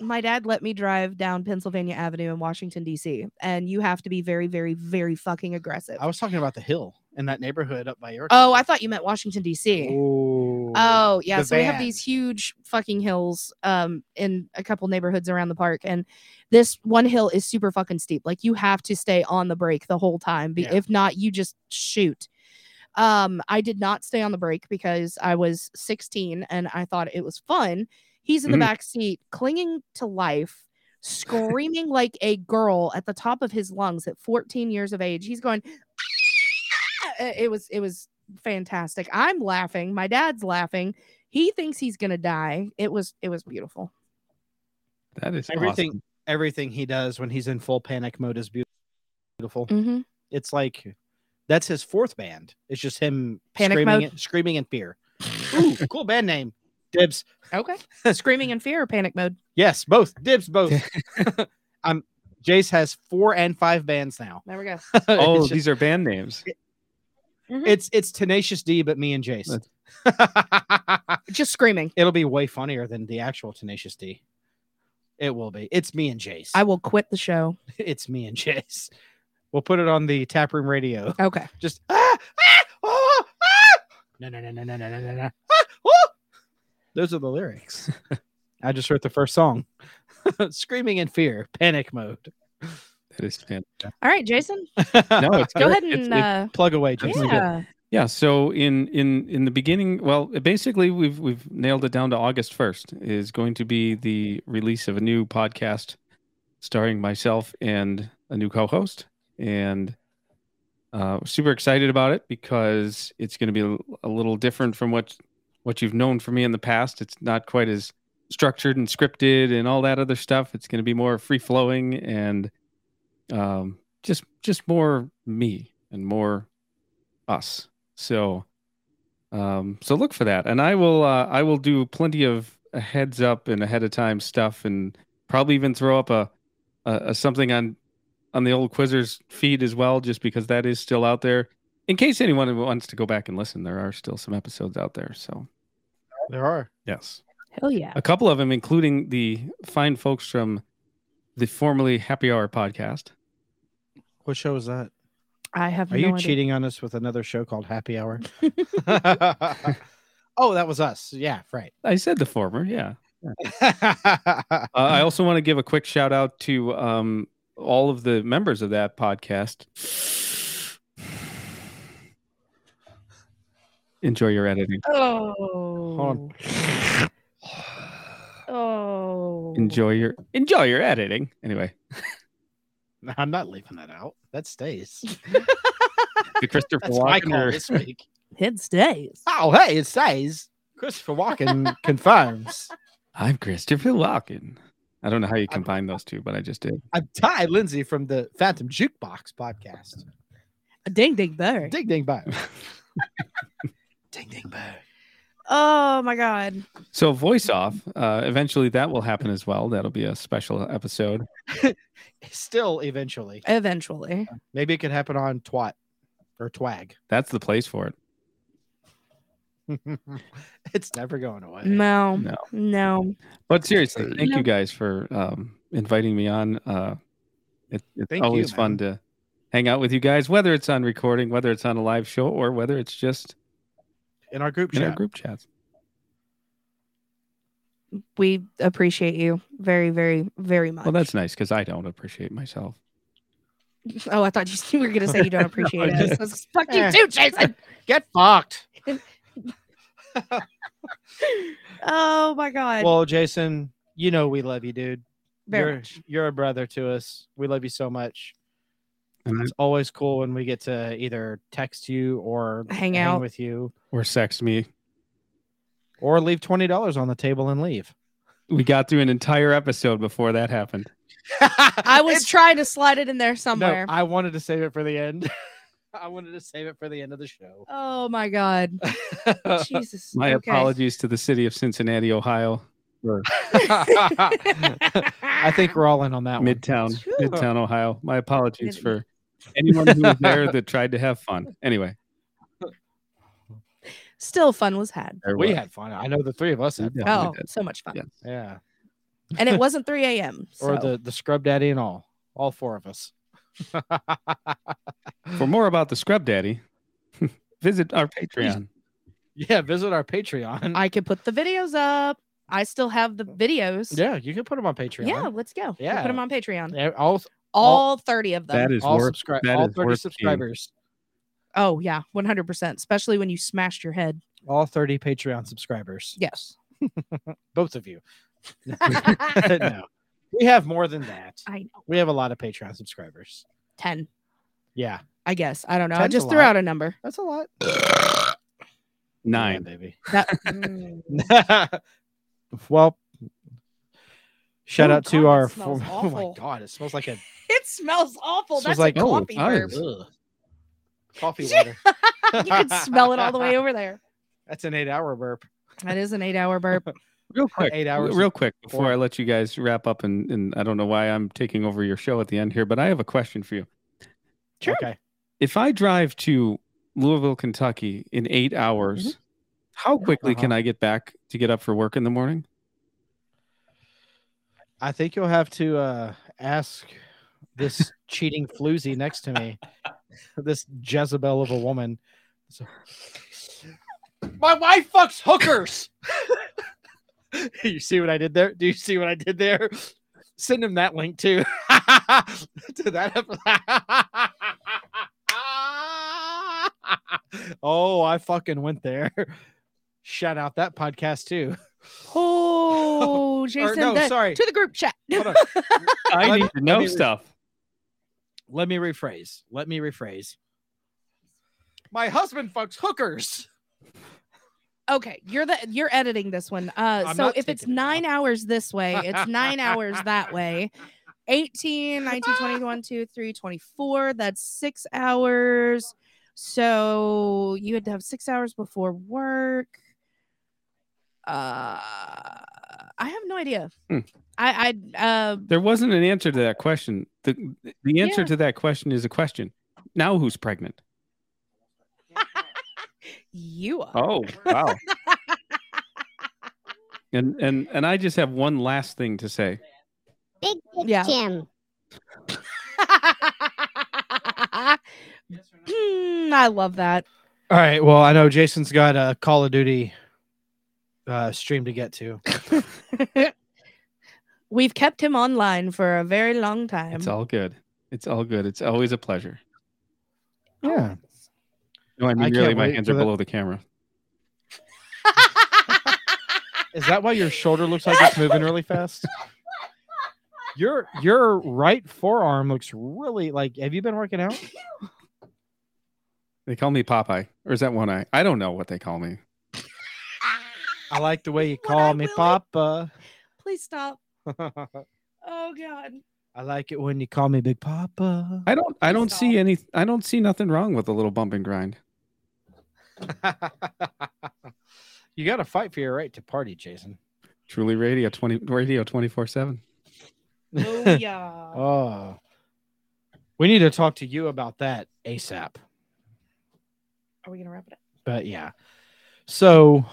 [SPEAKER 4] my dad let me drive down Pennsylvania Avenue in Washington D.C. and you have to be very, very, very fucking aggressive.
[SPEAKER 3] I was talking about the hill in that neighborhood up by your.
[SPEAKER 4] oh, I thought you meant Washington D.C.
[SPEAKER 3] Oh,
[SPEAKER 4] Oh yeah,
[SPEAKER 3] the
[SPEAKER 4] so we have
[SPEAKER 3] van.
[SPEAKER 4] these huge fucking hills um in a couple neighborhoods around the park and this one hill is super fucking steep. Like you have to stay on the brake the whole time. Be-
[SPEAKER 3] Yeah.
[SPEAKER 4] If not, you just shoot. Um I did not stay on the brake because I was 16 and I thought it was fun. He's in the
[SPEAKER 5] Mm.
[SPEAKER 4] back seat clinging to life. Screaming like a girl at the top of his lungs at 14 years of age. He's going, Uh, it was it was fantastic. I'm laughing. My dad's laughing. He thinks he's gonna die. It was it was beautiful.
[SPEAKER 5] That is
[SPEAKER 3] Everything-
[SPEAKER 5] awesome.
[SPEAKER 3] Everything he does when he's in full panic mode is beautiful.
[SPEAKER 4] Mm-hmm.
[SPEAKER 3] It's like that's his fourth band. It's just him
[SPEAKER 4] Panic
[SPEAKER 3] screaming,
[SPEAKER 4] mode?
[SPEAKER 3] in- screaming in fear. Ooh, cool band name. Dibs.
[SPEAKER 4] Okay. Screaming in fear or panic mode.
[SPEAKER 3] Yes, both. Dibs, both. I'm. Jace has four and five bands now.
[SPEAKER 4] There we go.
[SPEAKER 5] Oh,
[SPEAKER 3] it's, just-
[SPEAKER 5] these are band names.
[SPEAKER 3] it's it's Tenacious D, but me and Jace.
[SPEAKER 4] Just screaming.
[SPEAKER 3] It'll be way funnier than the actual Tenacious D. It will be. It's me and Jace.
[SPEAKER 4] I will quit the show.
[SPEAKER 3] it's me and Jace. We'll put it on the taproom radio.
[SPEAKER 4] Okay.
[SPEAKER 3] Just ah, ah, oh, ah. no no no no no no no no. no. Ah, oh. Those are the lyrics. I just wrote the first song. Screaming in fear, panic mode.
[SPEAKER 5] That is fantastic.
[SPEAKER 4] All right, Jason.
[SPEAKER 5] No, it's
[SPEAKER 4] Go
[SPEAKER 5] good.
[SPEAKER 4] ahead
[SPEAKER 5] It's-
[SPEAKER 4] and
[SPEAKER 5] it's-
[SPEAKER 4] uh
[SPEAKER 3] plug away, Jason.
[SPEAKER 4] yeah.
[SPEAKER 5] Yeah, so in in in the beginning, well, basically we've we've nailed it down to August 1st is going to be the release of a new podcast starring myself and a new co-host and uh super excited about it because it's going to be a- a little different from what what you've known from me in the past. It's not quite as structured and scripted and all that other stuff. It's going to be more free flowing and um just just more me and more us. So, um, so look for that, and I will. Uh, I will do plenty of a heads up and ahead of time stuff, and probably even throw up a, a, a something on on the old Quizzers feed as well, just because that is still out there. In case anyone wants to go back and listen, there are still some episodes out there. So,
[SPEAKER 3] There are.
[SPEAKER 5] yes,
[SPEAKER 4] Hell yeah.
[SPEAKER 5] a couple of them, including the fine folks from the formerly Happy Hour podcast.
[SPEAKER 3] What show is that?
[SPEAKER 4] I have
[SPEAKER 3] Are
[SPEAKER 4] no
[SPEAKER 3] you
[SPEAKER 4] idea.
[SPEAKER 3] cheating on us with another show called Happy Hour? oh, that was us. Yeah, right.
[SPEAKER 5] I said the former, yeah. Uh, I also want to give a quick shout out to um, all of the members of that podcast. Enjoy your editing.
[SPEAKER 4] Oh.
[SPEAKER 3] on.
[SPEAKER 4] Oh.
[SPEAKER 5] Enjoy your enjoy your editing. Anyway,
[SPEAKER 3] I'm not leaving that out. That stays.
[SPEAKER 5] the Christopher
[SPEAKER 3] That's my
[SPEAKER 5] Walken.
[SPEAKER 3] call
[SPEAKER 5] or-
[SPEAKER 3] this week.
[SPEAKER 4] It stays.
[SPEAKER 3] Oh, hey, it stays. Christopher Walken confirms.
[SPEAKER 5] I'm Christopher Walken. I don't know how you combine those two, but I just did.
[SPEAKER 3] I'm Ty Lindsay from the Phantom Jukebox podcast.
[SPEAKER 4] Ding ding bird.
[SPEAKER 3] Ding ding bye.
[SPEAKER 2] Ding ding bang.
[SPEAKER 4] Oh my god.
[SPEAKER 5] So voice off. Uh, eventually, that will happen as well. That'll be a special episode.
[SPEAKER 3] Still, eventually,
[SPEAKER 4] Eventually.
[SPEAKER 3] maybe it could happen on twat or twag.
[SPEAKER 5] That's the place for it.
[SPEAKER 3] it's never going away.
[SPEAKER 4] No.
[SPEAKER 5] No.
[SPEAKER 4] No.
[SPEAKER 5] But seriously,
[SPEAKER 3] Uh,
[SPEAKER 5] thank
[SPEAKER 4] No.
[SPEAKER 5] you guys for um, inviting me on. Uh, it, it's
[SPEAKER 3] Thank you,
[SPEAKER 5] always fun to hang out with you guys, whether it's on recording, whether it's on a live show, or whether it's just
[SPEAKER 3] In our group
[SPEAKER 5] in our
[SPEAKER 3] chat,
[SPEAKER 5] group chats.
[SPEAKER 4] We appreciate you very, very, very much.
[SPEAKER 5] Well, that's nice because I don't appreciate myself.
[SPEAKER 4] Oh, I thought you were gonna say you don't
[SPEAKER 3] I
[SPEAKER 4] appreciate us.
[SPEAKER 3] just-
[SPEAKER 4] That's- Fuck
[SPEAKER 3] Eh.
[SPEAKER 4] you too, Jason.
[SPEAKER 3] get fucked.
[SPEAKER 4] oh my god.
[SPEAKER 3] Well, Jason, you know we love you, dude.
[SPEAKER 4] Very
[SPEAKER 3] you're, you're a brother to us. We love you so much.
[SPEAKER 5] And I-
[SPEAKER 3] It's always cool when we get to either text you or
[SPEAKER 4] Hang out.
[SPEAKER 3] with you
[SPEAKER 5] Or sex me.
[SPEAKER 3] or leave $20 on the table and leave.
[SPEAKER 5] We got through an entire episode before that happened.
[SPEAKER 4] I was trying to slide it in there
[SPEAKER 3] no,
[SPEAKER 4] somewhere.
[SPEAKER 3] I wanted to save it for the end. I wanted to save it for the end of the show.
[SPEAKER 4] oh my god. Jesus.
[SPEAKER 5] My
[SPEAKER 4] Okay.
[SPEAKER 5] apologies to the city of Cincinnati, Ohio,
[SPEAKER 3] I think we're all in on that one.
[SPEAKER 5] Midtown,
[SPEAKER 4] Phew.
[SPEAKER 5] Midtown, Ohio. My apologies
[SPEAKER 4] Didn't-
[SPEAKER 5] for anyone who was there that tried to have fun. Anyway,
[SPEAKER 4] Still fun was had.
[SPEAKER 5] there
[SPEAKER 3] We
[SPEAKER 5] was-
[SPEAKER 3] had fun. I know the three of us had.
[SPEAKER 5] Yeah, we
[SPEAKER 4] Oh,
[SPEAKER 5] did.
[SPEAKER 4] so much fun.
[SPEAKER 5] Yeah.
[SPEAKER 3] Yeah.
[SPEAKER 4] And it wasn't 3 a.m.
[SPEAKER 3] Or
[SPEAKER 4] so-
[SPEAKER 3] the, the scrub daddy and all. All four of us.
[SPEAKER 5] For more about the Scrub Daddy, visit our Patreon.
[SPEAKER 3] Yeah, visit our Patreon.
[SPEAKER 4] I could put the videos up. I still have the videos.
[SPEAKER 3] yeah, you can put them on Patreon.
[SPEAKER 4] Yeah, let's go. We'll
[SPEAKER 3] Yeah.
[SPEAKER 4] put them on Patreon.
[SPEAKER 3] Yeah, All
[SPEAKER 4] All 30 of them.
[SPEAKER 5] That is
[SPEAKER 3] all
[SPEAKER 5] worth.
[SPEAKER 3] subscribe
[SPEAKER 5] that
[SPEAKER 3] all
[SPEAKER 5] is
[SPEAKER 3] 30
[SPEAKER 5] worth seeing.
[SPEAKER 3] subscribers
[SPEAKER 4] oh, yeah, 100%, especially when you smashed your head.
[SPEAKER 3] all 30 patreon subscribers
[SPEAKER 4] Yes.
[SPEAKER 3] both of you
[SPEAKER 4] I
[SPEAKER 3] no we have more than that
[SPEAKER 4] know.
[SPEAKER 3] we have a lot of patreon subscribers
[SPEAKER 4] 10,
[SPEAKER 3] yeah
[SPEAKER 4] I guess. I don't know. I
[SPEAKER 3] Ten's a
[SPEAKER 4] just threw
[SPEAKER 3] lot.
[SPEAKER 4] out a number.
[SPEAKER 3] that's a lot
[SPEAKER 5] Nine.
[SPEAKER 3] Yeah, baby
[SPEAKER 4] That, Mm.
[SPEAKER 3] well shout
[SPEAKER 4] Oh,
[SPEAKER 3] out to
[SPEAKER 4] God,
[SPEAKER 3] our
[SPEAKER 4] it smells
[SPEAKER 3] form- oh my
[SPEAKER 4] awful.
[SPEAKER 3] god it smells like a
[SPEAKER 4] it smells awful.
[SPEAKER 3] Smells
[SPEAKER 4] That's
[SPEAKER 3] like-
[SPEAKER 4] a
[SPEAKER 5] oh,
[SPEAKER 4] coffee
[SPEAKER 5] nice.
[SPEAKER 4] burp.
[SPEAKER 3] ugh, coffee
[SPEAKER 4] Yeah.
[SPEAKER 3] water
[SPEAKER 4] you can smell it all the way over there.
[SPEAKER 3] that's an eight hour burp
[SPEAKER 4] That is an eight hour burp.
[SPEAKER 5] Real quick,
[SPEAKER 3] eight hours
[SPEAKER 5] Real quick, before
[SPEAKER 3] before.
[SPEAKER 5] I let you guys wrap up, and, and I don't know why I'm taking over your show at the end here, but I have a question for you.
[SPEAKER 4] Sure.
[SPEAKER 3] okay
[SPEAKER 5] If I drive to Louisville, Kentucky in eight hours, how quickly can I get back to get up for work in the morning?
[SPEAKER 3] I think you'll have to uh, ask this cheating floozy next to me, this Jezebel of a woman. So- My wife fucks hookers. you see what I did there? Do you see what I did there? Send him that link too. to that. ep- oh, I fucking went there. Shout out that podcast too.
[SPEAKER 4] Oh, Jason.
[SPEAKER 3] no,
[SPEAKER 4] that-
[SPEAKER 3] sorry.
[SPEAKER 4] To the group chat.
[SPEAKER 3] Hold on.
[SPEAKER 5] I
[SPEAKER 3] Let
[SPEAKER 5] need to know
[SPEAKER 3] me-
[SPEAKER 5] stuff.
[SPEAKER 3] Let me rephrase. Let me rephrase. My husband fucks hookers.
[SPEAKER 4] Okay, you're the you're editing this one. Uh,
[SPEAKER 3] I'm
[SPEAKER 4] so
[SPEAKER 3] not
[SPEAKER 4] if it's
[SPEAKER 3] taking it
[SPEAKER 4] nine
[SPEAKER 3] out.
[SPEAKER 4] hours this way, it's nine hours that way. 18, 19, 20, 21, 2, 3, 24. That's six hours. So you had to have six hours before work. Uh, I have no idea.
[SPEAKER 5] Hmm.
[SPEAKER 4] I, I, uh,
[SPEAKER 5] There wasn't an answer to that question. The the answer
[SPEAKER 4] Yeah.
[SPEAKER 5] to that question is a question. Now who's pregnant?
[SPEAKER 4] you are.
[SPEAKER 5] Oh, wow. and and and I just have one last thing to say.
[SPEAKER 6] Big Dick
[SPEAKER 4] Yeah.
[SPEAKER 6] Jim.
[SPEAKER 4] Hmm, I love that.
[SPEAKER 3] All right. Well, I know Jason's got a Call of Duty uh, stream to get to.
[SPEAKER 4] We've kept him online for a very long time.
[SPEAKER 5] It's all good. It's all good. It's always a pleasure.
[SPEAKER 3] Yeah.
[SPEAKER 5] No, I mean
[SPEAKER 3] I
[SPEAKER 5] really,
[SPEAKER 3] can't
[SPEAKER 5] my
[SPEAKER 3] wait
[SPEAKER 5] hands
[SPEAKER 3] for
[SPEAKER 5] are
[SPEAKER 3] the-
[SPEAKER 5] below the camera.
[SPEAKER 3] Is that why your shoulder looks like it's moving really fast? Your your right forearm looks really like. Have you been working out?
[SPEAKER 5] They call me Popeye, or is that one eye? I don't know what they call me.
[SPEAKER 3] I like the way you
[SPEAKER 4] When I
[SPEAKER 3] call me
[SPEAKER 4] will it-
[SPEAKER 3] Papa.
[SPEAKER 4] Please stop.
[SPEAKER 3] I
[SPEAKER 4] Oh God.
[SPEAKER 3] like it when you call me Big Papa.
[SPEAKER 5] I don't. I
[SPEAKER 4] Please
[SPEAKER 5] don't
[SPEAKER 4] stop.
[SPEAKER 5] see any. I don't see nothing wrong with a little bump and grind.
[SPEAKER 3] you got to fight for your right to party, Jason.
[SPEAKER 5] Truly radio twenty radio twenty four seven.
[SPEAKER 4] Oh yeah.
[SPEAKER 3] Oh, we need to talk to you about that ASAP.
[SPEAKER 4] Are we gonna wrap it up?
[SPEAKER 3] But yeah, so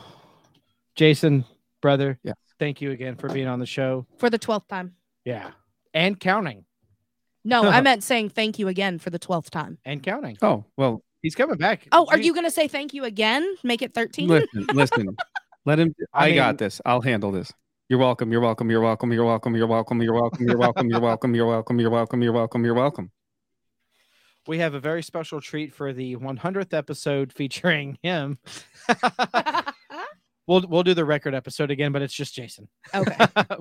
[SPEAKER 3] Jason, brother,
[SPEAKER 5] Yeah.
[SPEAKER 3] thank you again for being on the show.
[SPEAKER 4] For the twelfth time.
[SPEAKER 3] Yeah, and counting,
[SPEAKER 4] No, I meant saying thank you again for the twelfth time.
[SPEAKER 3] and counting.
[SPEAKER 5] Oh well,
[SPEAKER 3] He's coming back.
[SPEAKER 4] Oh, are
[SPEAKER 3] We-
[SPEAKER 4] you gonna say thank you again? Make it thirteen?
[SPEAKER 5] listen, listen. Let him.
[SPEAKER 3] I
[SPEAKER 5] I,
[SPEAKER 3] mean-
[SPEAKER 5] got this. I'll handle this. You're welcome. You're welcome. You're welcome. You're welcome. You're welcome. You're welcome. You're welcome. You're welcome. You're welcome. You're welcome. You're welcome. You're welcome.
[SPEAKER 3] We have a very special treat for the 100th episode featuring him. we'll we'll do the record episode again, but it's just Jason.
[SPEAKER 4] okay.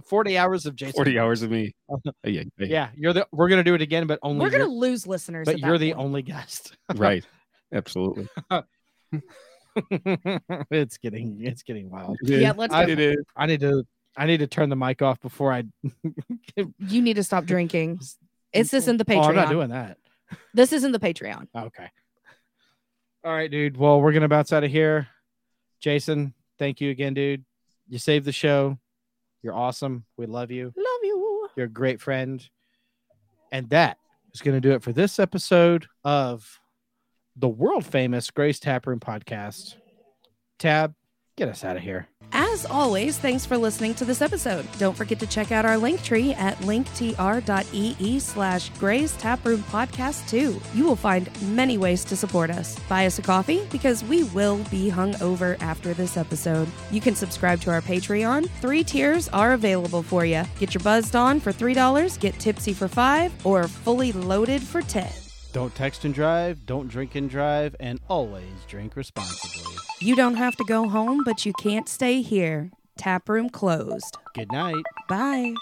[SPEAKER 3] 40 hours of Jason.
[SPEAKER 5] Forty hours of me. Yeah, yeah,
[SPEAKER 3] Yeah, you're the. We're gonna do it again, but only.
[SPEAKER 4] We're gonna
[SPEAKER 3] you're-
[SPEAKER 4] lose listeners.
[SPEAKER 3] but
[SPEAKER 4] at
[SPEAKER 3] you're
[SPEAKER 4] that
[SPEAKER 3] the
[SPEAKER 4] point.
[SPEAKER 3] only guest.
[SPEAKER 5] Right. Absolutely.
[SPEAKER 3] it's getting it's getting wild.
[SPEAKER 4] Yeah, let's.
[SPEAKER 3] I-
[SPEAKER 5] It is.
[SPEAKER 3] I need to I need to turn the mic off before I.
[SPEAKER 4] you need to stop drinking. It's this in the
[SPEAKER 3] Oh,
[SPEAKER 4] Patreon.
[SPEAKER 3] I'm not doing that. Oh,
[SPEAKER 4] this isn't the Patreon.
[SPEAKER 3] Okay. All right, dude. Well, we're gonna bounce out of here. Jason, thank you again, dude. You saved the show. You're awesome. We love you.
[SPEAKER 4] Love you.
[SPEAKER 3] You're a great friend. And that is going to do it for this episode of the world famous Grace Taproom podcast. Tab, get us out of here.
[SPEAKER 4] As always, thanks for listening to this episode. Don't forget to check out our link tree at linktr.ee slash Gray's Taproom Podcast 2. You will find many ways to support us. Buy us a coffee because we will be hungover after this episode. You can subscribe to our Patreon. Three tiers are available for you. Get your buzzed on for $3, get tipsy for 5 or fully loaded for 10
[SPEAKER 3] Don't text and drive, don't drink and drive, and always drink responsibly.
[SPEAKER 4] You don't have to go home, but you can't stay here. Taproom closed.
[SPEAKER 3] Good night.
[SPEAKER 4] Bye.